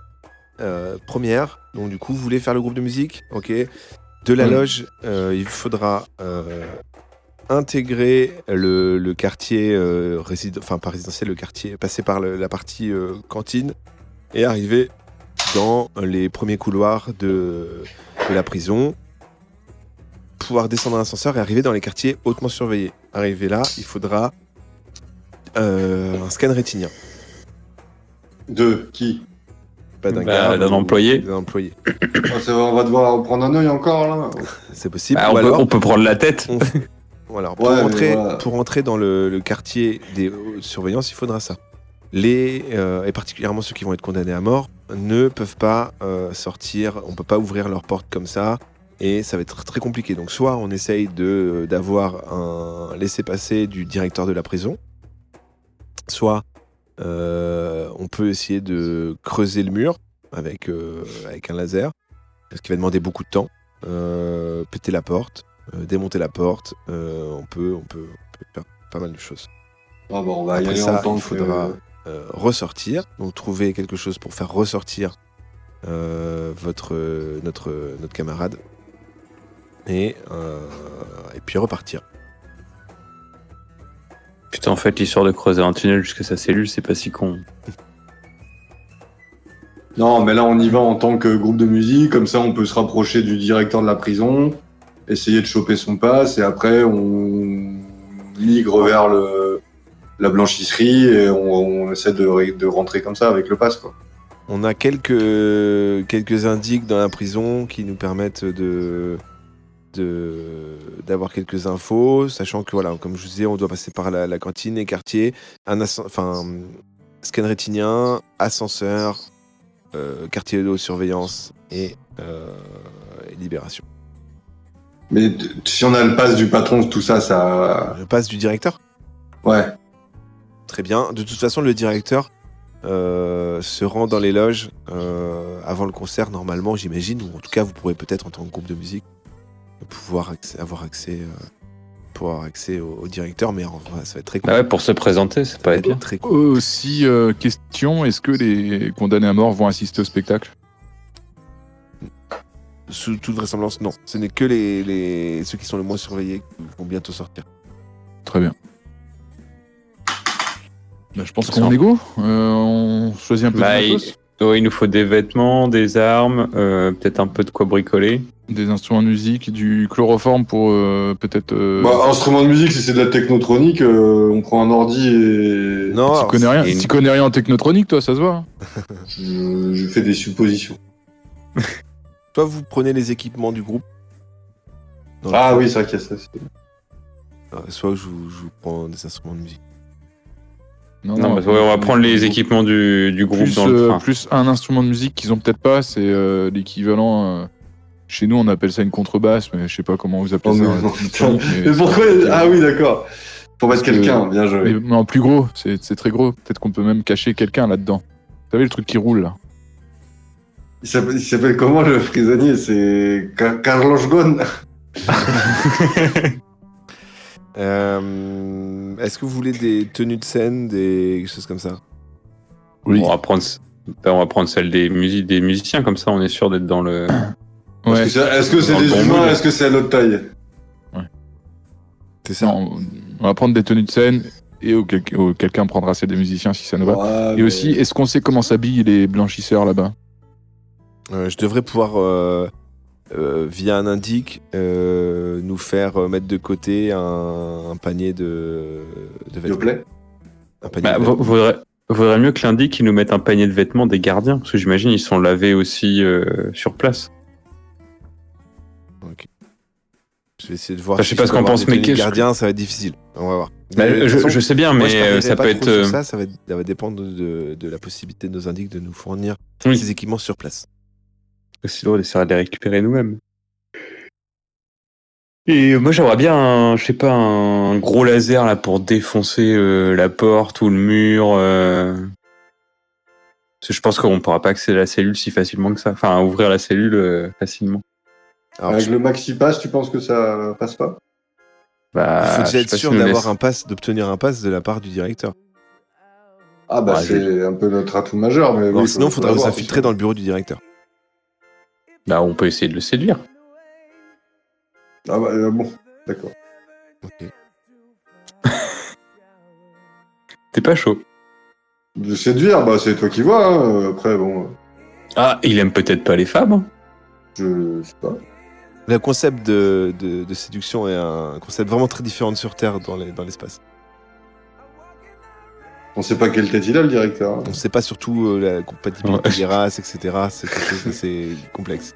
[SPEAKER 3] Euh, première, donc du coup, vous voulez faire le groupe de musique, ok. De la
[SPEAKER 2] Oui.
[SPEAKER 3] loge, euh, il faudra euh, intégrer le, le quartier, euh, résiden- enfin pas résidentiel, le quartier, passer par le- la partie euh, cantine et arriver dans les premiers couloirs de, de la prison, pouvoir descendre un ascenseur et arriver dans les quartiers hautement surveillés. Arriver là, il faudra euh, un scan rétinien,
[SPEAKER 2] De qui
[SPEAKER 3] pas d'un
[SPEAKER 1] Bah,
[SPEAKER 3] garde
[SPEAKER 1] d'un
[SPEAKER 3] ou
[SPEAKER 1] employé.
[SPEAKER 3] D'un employé,
[SPEAKER 2] Oh, ça va, On va devoir prendre un œil encore là.
[SPEAKER 3] c'est possible.
[SPEAKER 1] Bah,
[SPEAKER 3] ou
[SPEAKER 1] on, peut,
[SPEAKER 3] alors,
[SPEAKER 1] on peut prendre la tête.
[SPEAKER 3] on fait- ou alors, pour,
[SPEAKER 2] Ouais, mais
[SPEAKER 3] entrer,
[SPEAKER 2] voilà.
[SPEAKER 3] pour entrer dans le, le quartier des hautes surveillances, il faudra ça. Les, euh, et particulièrement ceux qui vont être condamnés à mort, ne peuvent pas euh, sortir, on peut pas ouvrir leurs portes comme ça, et ça va être très compliqué. Donc soit on essaye de d'avoir un laissez-passer du directeur de la prison, soit euh, on peut essayer de creuser le mur avec, euh, avec un laser, ce qui va demander beaucoup de temps, euh, péter la porte, euh, démonter la porte, euh, on, peut, on, peut, on peut faire pas mal de choses.
[SPEAKER 2] Ah bah, on va y
[SPEAKER 3] Après
[SPEAKER 2] aller
[SPEAKER 3] ça,
[SPEAKER 2] en tant
[SPEAKER 3] il
[SPEAKER 2] que.
[SPEAKER 3] faudra euh, ressortir, donc trouver quelque chose pour faire ressortir euh, votre, euh, notre, euh, notre camarade et, euh, et puis repartir.
[SPEAKER 1] Putain, en fait, l'histoire de creuser un tunnel jusqu'à sa cellule, c'est pas si con.
[SPEAKER 2] Non, mais là, on y va en tant que groupe de musique. Comme ça, on peut se rapprocher du directeur de la prison, essayer de choper son passe, et après, on migre vers le... la blanchisserie et on, on essaie de, ré- de rentrer comme ça avec le passe, quoi.
[SPEAKER 3] On a quelques, quelques indices dans la prison qui nous permettent de de- d'avoir quelques infos, sachant que voilà, comme je vous disais, on doit passer par la, la cantine, les quartiers, un ascen- enfin scan rétinien, ascenseur, euh, quartier de haute surveillance et, euh, et libération.
[SPEAKER 2] Mais t- si on a le passe du patron, tout ça, ça.
[SPEAKER 3] Je passe du directeur.
[SPEAKER 2] Ouais.
[SPEAKER 3] Très bien. De toute façon, le directeur euh, se rend dans les loges euh, avant le concert, normalement, j'imagine, ou en tout cas, vous pourrez peut-être, en tant que groupe de musique, pouvoir accé- avoir accès, euh, pouvoir avoir accès au, au directeur, mais en vrai, ça va être très
[SPEAKER 1] Ah
[SPEAKER 3] compliqué.
[SPEAKER 1] ouais, pour se présenter, c'est pas bien.
[SPEAKER 3] très cool.
[SPEAKER 4] Aussi, euh, question est-ce que les condamnés à mort vont assister au spectacle
[SPEAKER 3] Sous toute vraisemblance, non. Ce n'est que les, les- ceux qui sont le moins surveillés qui vont bientôt sortir.
[SPEAKER 4] Très bien. Bah, je pense
[SPEAKER 1] Ça
[SPEAKER 4] qu'on
[SPEAKER 1] sera-
[SPEAKER 4] est go. Euh, on choisit un peu
[SPEAKER 1] Bah,
[SPEAKER 4] de
[SPEAKER 1] il...
[SPEAKER 4] matos,
[SPEAKER 1] ouais, il nous faut des vêtements, des armes, euh, peut-être un peu de quoi bricoler.
[SPEAKER 4] des instruments de musique, du chloroforme pour euh, peut-être. euh,
[SPEAKER 2] Bah, instrument de musique, si c'est de la technotronique, euh, on prend un ordi et.
[SPEAKER 3] Non,
[SPEAKER 4] T'y
[SPEAKER 3] alors,
[SPEAKER 4] connais rien,
[SPEAKER 1] c'est une-
[SPEAKER 4] t'y connais rien en technotronique, toi, ça se voit. hein
[SPEAKER 2] Je, je fais des suppositions.
[SPEAKER 3] soit vous prenez les équipements du groupe, dans le-
[SPEAKER 2] Ah oui, c'est vrai qu'il y a ça. c'est-
[SPEAKER 3] euh, soit je vous, je vous prends des instruments de musique.
[SPEAKER 1] Non, bah, ouais, on va prendre les équipements du, du groupe
[SPEAKER 4] Euh, Plus,
[SPEAKER 1] dans le
[SPEAKER 4] euh,
[SPEAKER 1] train.
[SPEAKER 4] plus un instrument de musique qu'ils ont peut-être pas, c'est euh, l'équivalent. euh, chez nous, on appelle ça une contrebasse, mais je sais pas comment vous appelez
[SPEAKER 2] Oh,
[SPEAKER 4] ça.
[SPEAKER 2] mais
[SPEAKER 4] euh,
[SPEAKER 2] non,
[SPEAKER 4] technotronique,
[SPEAKER 2] Mais pourquoi Ah oui, d'accord. Pour
[SPEAKER 4] Parce
[SPEAKER 2] mettre quelqu'un,
[SPEAKER 4] que-
[SPEAKER 2] bien joué.
[SPEAKER 4] Mais en plus gros, c'est c'est très gros. Peut-être qu'on peut même cacher quelqu'un là-dedans. Vous savez le truc qui roule là
[SPEAKER 2] Il s'appelle il s'appelle comment le prisonnier C'est Ca- Carlos Ghosn
[SPEAKER 3] Euh, Est-ce que vous voulez des tenues de scène, des choses comme ça
[SPEAKER 4] Oui.
[SPEAKER 1] On, va prendre... ce- bah, on va prendre celle des, musi- des musiciens, comme ça on est sûr d'être dans
[SPEAKER 3] *coughs*
[SPEAKER 1] le.
[SPEAKER 2] Est-ce
[SPEAKER 4] Ouais.
[SPEAKER 2] que c'est- est-ce que c'est
[SPEAKER 1] Dans le
[SPEAKER 2] des
[SPEAKER 1] bon
[SPEAKER 2] humains
[SPEAKER 1] mood.
[SPEAKER 2] Est-ce que c'est à notre taille
[SPEAKER 3] C'est ça.
[SPEAKER 4] Non, on va prendre des tenues de scène et au- quel- au- quelqu'un prendra celle des musiciens si ça nous va.
[SPEAKER 2] Ouais,
[SPEAKER 4] Et
[SPEAKER 2] Ah, mais-
[SPEAKER 4] aussi, est-ce qu'on sait comment s'habillent les blanchisseurs là-bas
[SPEAKER 3] Euh, je devrais pouvoir, euh, euh, via un indique, euh, nous faire euh, mettre de côté un, un panier de, de
[SPEAKER 2] S'il te plaît.
[SPEAKER 3] Un panier
[SPEAKER 1] Bah,
[SPEAKER 3] de
[SPEAKER 1] va-
[SPEAKER 3] vêtements.
[SPEAKER 1] vaudrait, vaudrait mieux que lundi qu'ils nous mettent un panier de vêtements des gardiens, parce que j'imagine ils sont lavés aussi euh, sur place.
[SPEAKER 3] Ok. Je vais essayer de voir.
[SPEAKER 1] Bah, je sais pas ce
[SPEAKER 3] peux
[SPEAKER 1] qu'en
[SPEAKER 3] avoir
[SPEAKER 1] pense
[SPEAKER 3] des tenues
[SPEAKER 1] Mekes.
[SPEAKER 3] de gardien, ça va être difficile. On va voir.
[SPEAKER 1] Bah,
[SPEAKER 3] Mais de toute
[SPEAKER 1] je,
[SPEAKER 3] façon,
[SPEAKER 1] je sais bien,
[SPEAKER 3] moi, je
[SPEAKER 1] mais euh,
[SPEAKER 3] parierais
[SPEAKER 1] ça
[SPEAKER 3] pas
[SPEAKER 1] peut
[SPEAKER 3] trop
[SPEAKER 1] être.
[SPEAKER 3] sur
[SPEAKER 1] euh,
[SPEAKER 3] Ça, ça va, être- ça va dépendre de, de la possibilité de nos indiques de nous fournir
[SPEAKER 1] Oui.
[SPEAKER 3] ces équipements sur place.
[SPEAKER 1] Sinon, on essaiera de les récupérer nous-mêmes. Et euh, moi, j'aimerais bien, un, je sais pas, un gros laser là pour défoncer euh, la porte ou le mur. euh. Parce que je pense qu'on pourra pas accéder à la cellule si facilement que ça. Enfin, ouvrir la cellule euh, facilement.
[SPEAKER 3] Alors,
[SPEAKER 2] Avec
[SPEAKER 3] je-
[SPEAKER 2] le maxi pass, tu penses que ça passe pas
[SPEAKER 1] Bah,
[SPEAKER 3] il faut
[SPEAKER 1] je sais
[SPEAKER 3] déjà être
[SPEAKER 1] pas si
[SPEAKER 3] sûr
[SPEAKER 1] nous
[SPEAKER 3] d'avoir
[SPEAKER 1] laisse-
[SPEAKER 3] un pass, d'obtenir un pass de la part du directeur.
[SPEAKER 2] Ah bah
[SPEAKER 1] Ouais,
[SPEAKER 2] c'est un peu notre atout majeur, mais
[SPEAKER 3] Alors,
[SPEAKER 2] oui,
[SPEAKER 3] sinon,
[SPEAKER 2] faut-
[SPEAKER 3] il faudra
[SPEAKER 2] faut
[SPEAKER 3] vous
[SPEAKER 2] l'avoir,
[SPEAKER 3] infiltrer dans le bureau du directeur.
[SPEAKER 1] Bah, on peut essayer de le séduire.
[SPEAKER 2] Ah bah euh, bon, d'accord.
[SPEAKER 3] Ok.
[SPEAKER 1] T'es pas chaud.
[SPEAKER 2] De séduire, bah c'est toi qui vois. hein. Après bon,
[SPEAKER 1] Ah, il aime peut-être pas les femmes. hein.
[SPEAKER 2] je sais pas.
[SPEAKER 3] Le concept de, de- de séduction est un concept vraiment très différent de sur Terre dans les- dans l'espace.
[SPEAKER 2] On sait pas quelle tête il a le directeur. hein.
[SPEAKER 3] On ne sait pas surtout euh, la compatibilité
[SPEAKER 1] Ouais.
[SPEAKER 3] des races, etc. C'est quelque chose d'assez complexe.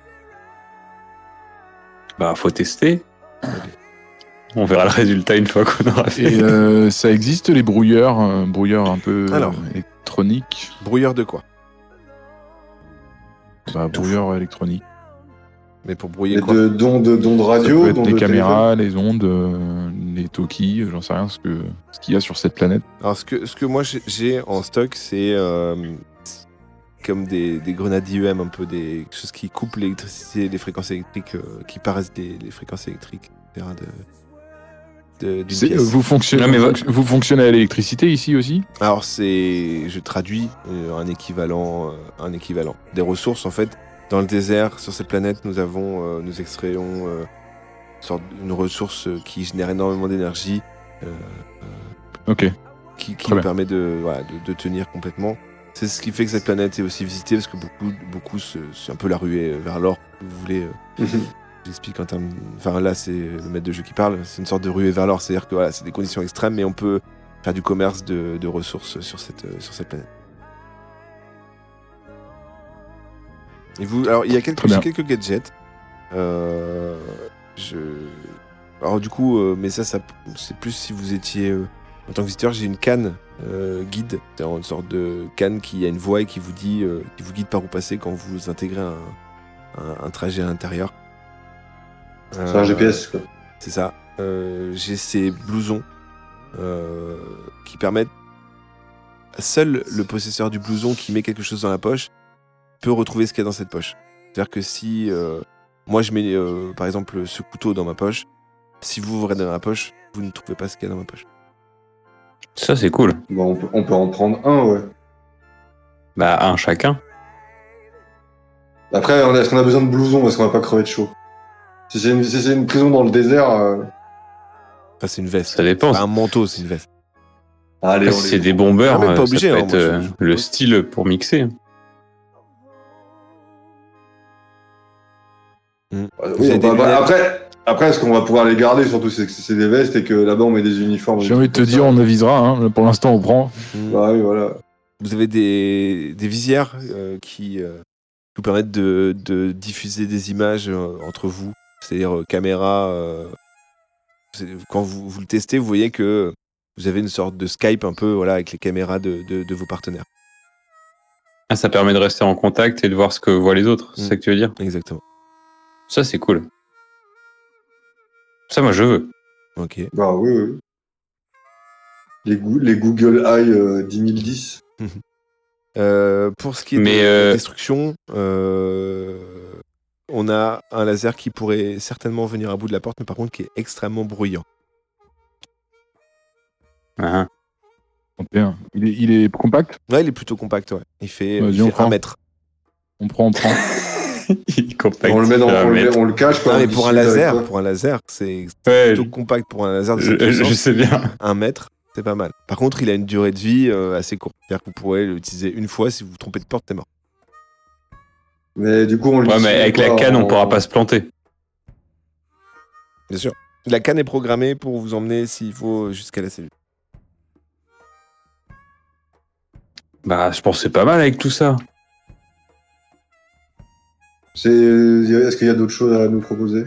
[SPEAKER 1] Bah, faut tester. On verra le résultat une fois qu'on aura fait.
[SPEAKER 4] Et euh, *laughs* ça existe les brouilleurs, euh, brouilleurs un peu euh,
[SPEAKER 3] Alors.
[SPEAKER 4] électroniques
[SPEAKER 3] Brouilleur de quoi
[SPEAKER 4] Bah, brouilleur électronique.
[SPEAKER 3] Mais pour brouiller
[SPEAKER 2] Les
[SPEAKER 3] quoi
[SPEAKER 2] de, dons, de, dons de
[SPEAKER 4] Ça peut
[SPEAKER 2] radio,
[SPEAKER 4] être
[SPEAKER 2] dons
[SPEAKER 4] les
[SPEAKER 2] de *laughs* téléphone.
[SPEAKER 4] caméras, les ondes, euh, les talkies, j'en sais rien, ce que ce qu'il y a sur cette planète.
[SPEAKER 3] Alors, ce que, ce que moi j'ai- j'ai en stock, c'est euh, comme des, des grenades IEM, un peu des choses qui coupent l'électricité, les fréquences électriques, euh, qui paraissent des les fréquences électriques, etc. De, de- d'une
[SPEAKER 4] C'est-
[SPEAKER 3] pièce.
[SPEAKER 4] Vous fonctionnez,
[SPEAKER 1] Non, mais
[SPEAKER 4] vous,
[SPEAKER 1] votre-
[SPEAKER 4] vous fonctionnez à l'électricité ici aussi
[SPEAKER 3] Alors, c'est. Je traduis euh, un équivalent. euh, un équivalent. Des ressources, en fait. Dans le désert, sur cette planète, nous avons. euh, nous extrayons. euh, une sorte- une ressource euh, qui génère énormément d'énergie. euh,
[SPEAKER 4] Ok.
[SPEAKER 3] qui, qui
[SPEAKER 4] Très
[SPEAKER 3] nous
[SPEAKER 4] bien.
[SPEAKER 3] permet de, voilà, de, de tenir complètement. C'est ce qui fait que cette planète est aussi visitée parce que beaucoup, beaucoup se- c'est un peu la ruée euh, vers l'or. Vous voulez, euh, j'explique en termes. Enfin là, c'est le maître de jeu qui parle, c'est une sorte de ruée vers l'or. C'est-à-dire que voilà, c'est des conditions extrêmes, mais on peut faire du commerce de, de ressources sur cette, euh, sur cette planète. Et vous, alors il y a quelques,
[SPEAKER 4] Très bien.
[SPEAKER 3] j'ai quelques gadgets. Euh, je... Alors du coup, euh, mais ça, ça c'est plus si vous étiez. euh, en tant que visiteur, j'ai une canne euh, guide. C'est une sorte de canne qui a une voix et qui vous dit, euh, qui vous guide par où passer quand vous intégrez un, un- un trajet à l'intérieur. Euh,
[SPEAKER 2] C'est un GPS, quoi.
[SPEAKER 3] C'est ça. Euh, j'ai ces blousons euh, qui permettent. Seul le possesseur du blouson qui met quelque chose dans la poche peut retrouver ce qu'il y a dans cette poche. C'est-à-dire que si euh, moi je mets euh, par exemple ce couteau dans ma poche, si vous ouvrez dans ma poche, vous ne trouvez pas ce qu'il y a dans ma poche.
[SPEAKER 1] Ça, c'est cool.
[SPEAKER 2] Bon, on, peut, on peut en prendre un, ouais.
[SPEAKER 1] Bah, un chacun.
[SPEAKER 2] Après, on a- est-ce qu'on a besoin de blousons Est-ce qu'on va pas crever de chaud Si c'est une, si c'est une prison dans le désert, euh,
[SPEAKER 3] Enfin, c'est une veste.
[SPEAKER 1] Ça dépend.
[SPEAKER 3] Pas un manteau, c'est une veste.
[SPEAKER 2] allez,
[SPEAKER 1] Après,
[SPEAKER 2] on
[SPEAKER 1] si c'est
[SPEAKER 2] les-
[SPEAKER 1] des bombeurs,
[SPEAKER 3] Ah, mais pas
[SPEAKER 1] euh, ça
[SPEAKER 3] obligé,
[SPEAKER 1] peut
[SPEAKER 3] hein,
[SPEAKER 1] être
[SPEAKER 3] moi, je-
[SPEAKER 1] euh,
[SPEAKER 3] je-
[SPEAKER 1] le style pour mixer.
[SPEAKER 2] Ouais,
[SPEAKER 3] Vous
[SPEAKER 2] oui,
[SPEAKER 3] avez
[SPEAKER 2] on
[SPEAKER 3] des
[SPEAKER 2] va-
[SPEAKER 3] lunettes.
[SPEAKER 2] Après, après, est-ce qu'on va pouvoir les garder Surtout, c'est que c'est des vestes et que là-bas, on met des uniformes.
[SPEAKER 4] J'ai envie de te dire, on avisera. hein. Pour l'instant, on prend.
[SPEAKER 3] Mm.
[SPEAKER 2] Bah oui, voilà.
[SPEAKER 3] Vous avez des, des visières euh, qui euh, vous permettent de, de diffuser des images euh, entre vous. C'est-à-dire euh, caméra. euh, c'est- quand vous, vous le testez, vous voyez que vous avez une sorte de Skype un peu voilà, avec les caméras de, de- de vos partenaires.
[SPEAKER 1] Ah, ça permet de rester en contact et de voir ce que voient les autres. C'est
[SPEAKER 3] Mm.
[SPEAKER 1] ça que tu veux dire
[SPEAKER 3] Exactement.
[SPEAKER 1] Ça, c'est cool. Ça, moi, je veux.
[SPEAKER 3] Ok.
[SPEAKER 2] Bah oui, oui. Les, gou- les Google Eye euh, 10010.
[SPEAKER 3] Euh, pour ce qui est
[SPEAKER 1] Mais,
[SPEAKER 3] de
[SPEAKER 1] euh,
[SPEAKER 3] la destruction, euh, on a un laser qui pourrait certainement venir à bout de la porte, mais par contre qui est extrêmement bruyant.
[SPEAKER 1] Ah,
[SPEAKER 4] On fait un. Il est, il est compact.
[SPEAKER 3] Ouais, il est plutôt compact, ouais. Il fait, euh,
[SPEAKER 4] Vas-y,
[SPEAKER 3] il
[SPEAKER 4] on
[SPEAKER 3] fait
[SPEAKER 4] prend.
[SPEAKER 3] un mètre.
[SPEAKER 4] On prend, on prend.
[SPEAKER 1] *laughs* Il est compact,
[SPEAKER 2] On le met dans,
[SPEAKER 1] il fait un
[SPEAKER 2] on le, met-
[SPEAKER 1] mètre.
[SPEAKER 2] on le cache.
[SPEAKER 3] Non,
[SPEAKER 2] pas
[SPEAKER 3] Ah, mais pour un laser, pour un laser, c'est
[SPEAKER 1] Ouais,
[SPEAKER 3] plutôt compact pour un laser de
[SPEAKER 1] Euh, je,
[SPEAKER 3] cette
[SPEAKER 1] je- je
[SPEAKER 3] puissance.
[SPEAKER 1] sais bien.
[SPEAKER 3] Un mètre, c'est pas mal. Par contre, il a une durée de vie euh, assez courte. C'est-à-dire que vous pourrez l'utiliser une fois. Si vous vous trompez de porte, t'es mort.
[SPEAKER 2] Mais du coup, on
[SPEAKER 1] Ouais, mais avec la canne, on
[SPEAKER 2] hein.
[SPEAKER 1] pourra pas se planter.
[SPEAKER 3] Bien sûr. La canne est programmée pour vous emmener, s'il faut, jusqu'à la cellule.
[SPEAKER 1] Bah, je pense que c'est pas mal avec tout ça.
[SPEAKER 2] C'est- Est-ce qu'il y a d'autres choses à nous proposer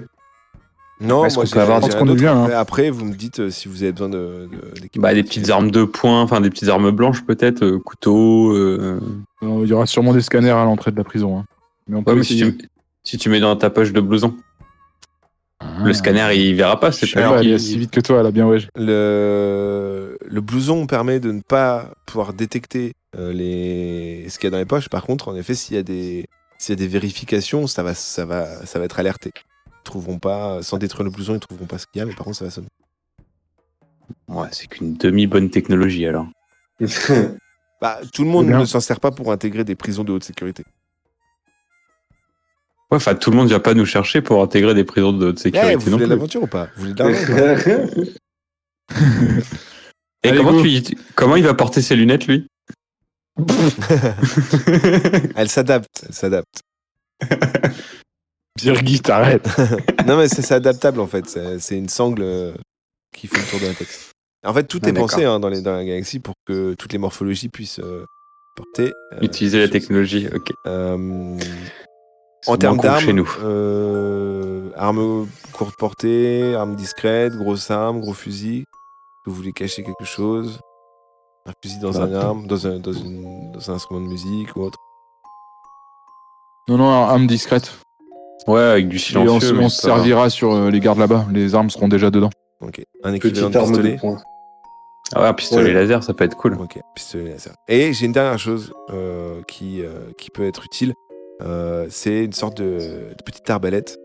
[SPEAKER 3] Non,
[SPEAKER 1] Est-ce
[SPEAKER 3] moi,
[SPEAKER 1] qu'on
[SPEAKER 3] j'ai-
[SPEAKER 1] peut avoir
[SPEAKER 3] j'ai
[SPEAKER 4] ce
[SPEAKER 3] rien
[SPEAKER 4] qu'on nous
[SPEAKER 3] d'autre.
[SPEAKER 4] vient, hein.
[SPEAKER 3] Mais Après, vous me dites euh, si vous avez besoin de, de- d'équipement.
[SPEAKER 1] Bah, des petites armes de poing, enfin des petites armes blanches peut-être, euh, couteau. euh,
[SPEAKER 4] Euh, Il y aura sûrement des scanners à l'entrée de la prison. hein. Mais on peut
[SPEAKER 1] Ouais, mais si
[SPEAKER 4] essayer.
[SPEAKER 1] tu, si tu mets dans ta poche de blouson,
[SPEAKER 4] Ah.
[SPEAKER 1] le scanner il verra pas. C'est
[SPEAKER 4] Je sais pas,
[SPEAKER 1] pas
[SPEAKER 4] elle
[SPEAKER 1] lui
[SPEAKER 4] est
[SPEAKER 1] qui-
[SPEAKER 4] si vite que toi, elle a bien wesh.
[SPEAKER 3] Le, le blouson permet de ne pas pouvoir détecter euh, les... ce qu'il y a dans les poches. Par contre, en effet, s'il y a des, s'il y a des vérifications, ça va, ça, va, ça va être alerté. Ils trouveront pas, sans détruire le blouson, ils trouveront pas ce qu'il y a, mais par contre, ça va sonner.
[SPEAKER 1] Ouais, c'est qu'une demi bonne technologie alors.
[SPEAKER 3] Bah, tout le monde
[SPEAKER 4] Bien.
[SPEAKER 3] ne s'en sert pas pour intégrer des prisons de haute sécurité.
[SPEAKER 1] Ouais, enfin tout le monde vient pas nous chercher pour intégrer des prisons de haute sécurité
[SPEAKER 3] Eh, vous
[SPEAKER 1] non
[SPEAKER 3] voulez
[SPEAKER 1] plus.
[SPEAKER 3] l'aventure ou pas Vous voulez
[SPEAKER 2] *laughs*
[SPEAKER 3] de l'argent ou pas
[SPEAKER 1] Et
[SPEAKER 4] Allez,
[SPEAKER 1] comment
[SPEAKER 4] go.
[SPEAKER 1] tu, tu- comment il va porter ses lunettes lui
[SPEAKER 3] Elle s'adapte, elle s'adapte.
[SPEAKER 4] Birgit, arrête.
[SPEAKER 3] Non, mais c'est c'est adaptable en fait. C'est c'est une sangle euh, qui fait le tour de la tête. En fait, tout
[SPEAKER 1] Ah,
[SPEAKER 3] est pensé hein, dans, les, dans la galaxie pour que toutes les morphologies puissent euh, porter. euh,
[SPEAKER 1] Utiliser la
[SPEAKER 3] des choses.
[SPEAKER 1] technologie, ok.
[SPEAKER 3] Euh,
[SPEAKER 1] C'est
[SPEAKER 3] en
[SPEAKER 1] moins
[SPEAKER 3] termes
[SPEAKER 1] con que
[SPEAKER 3] d'armes,
[SPEAKER 1] chez nous.
[SPEAKER 3] euh, armes courte portée, armes discrètes, grosses armes, gros fusil. Vous voulez cacher quelque chose Un fusil dans
[SPEAKER 1] Bah,
[SPEAKER 3] un arme, dans un, dans, une- dans un instrument de musique ou autre.
[SPEAKER 4] Non, non, arme discrète.
[SPEAKER 1] Ouais, avec du
[SPEAKER 4] Et on se-
[SPEAKER 1] silencieux.
[SPEAKER 4] on
[SPEAKER 1] mais
[SPEAKER 4] se
[SPEAKER 1] pas-
[SPEAKER 4] servira sur euh, les gardes là-bas. Les armes seront déjà dedans.
[SPEAKER 3] Ok. Un équivalent
[SPEAKER 2] Petite
[SPEAKER 3] de
[SPEAKER 2] arme
[SPEAKER 3] pistolet.
[SPEAKER 2] de poing.
[SPEAKER 1] Ah ouais, un pistolet
[SPEAKER 2] Ouais.
[SPEAKER 1] laser, ça peut être cool.
[SPEAKER 3] Ok, pistolet laser. Et j'ai une dernière chose euh, qui, euh, qui peut être utile. Euh, c'est une sorte de, de petite arbalète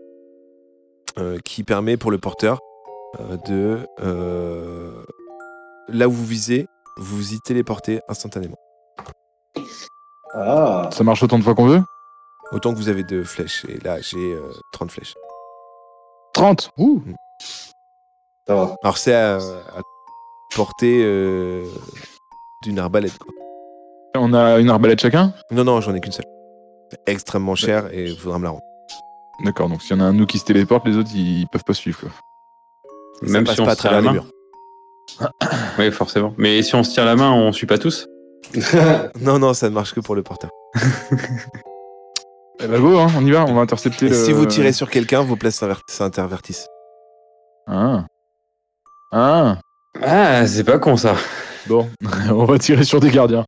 [SPEAKER 3] euh, qui permet pour le porteur euh, de. euh, là où vous visez, vous vous y téléportez instantanément.
[SPEAKER 2] Ah,
[SPEAKER 4] Ça marche autant de fois qu'on veut
[SPEAKER 3] Autant que vous avez de flèches. Et là, j'ai euh, 30 flèches.
[SPEAKER 4] 30 Ouh
[SPEAKER 2] ça va.
[SPEAKER 3] Alors, c'est à, à portée euh, d'une arbalète. quoi.
[SPEAKER 4] On a une arbalète chacun
[SPEAKER 3] Non, non, j'en ai qu'une seule. Extrêmement chère et il faudra me la rendre.
[SPEAKER 4] D'accord, donc s'il y en a un de nous qui se téléporte, les autres ils ils peuvent pas suivre. quoi.
[SPEAKER 3] Et
[SPEAKER 1] Même
[SPEAKER 3] ça
[SPEAKER 1] si
[SPEAKER 3] passe
[SPEAKER 1] on
[SPEAKER 3] pas à
[SPEAKER 1] se tire la
[SPEAKER 3] travers les
[SPEAKER 1] main.
[SPEAKER 3] murs.
[SPEAKER 1] Oui, forcément. Mais si on se tire la main, on suit pas tous.
[SPEAKER 2] *laughs*
[SPEAKER 3] Non, non, ça ne marche que pour le porteur.
[SPEAKER 4] Eh bah go, hein, on y va, on va intercepter
[SPEAKER 3] Et
[SPEAKER 4] le...
[SPEAKER 3] si vous tirez sur quelqu'un, vos places s'inver- s'intervertissent.
[SPEAKER 4] Ah. Ah.
[SPEAKER 1] Ah, c'est pas con ça.
[SPEAKER 4] *laughs* Bon, on va tirer sur des gardiens.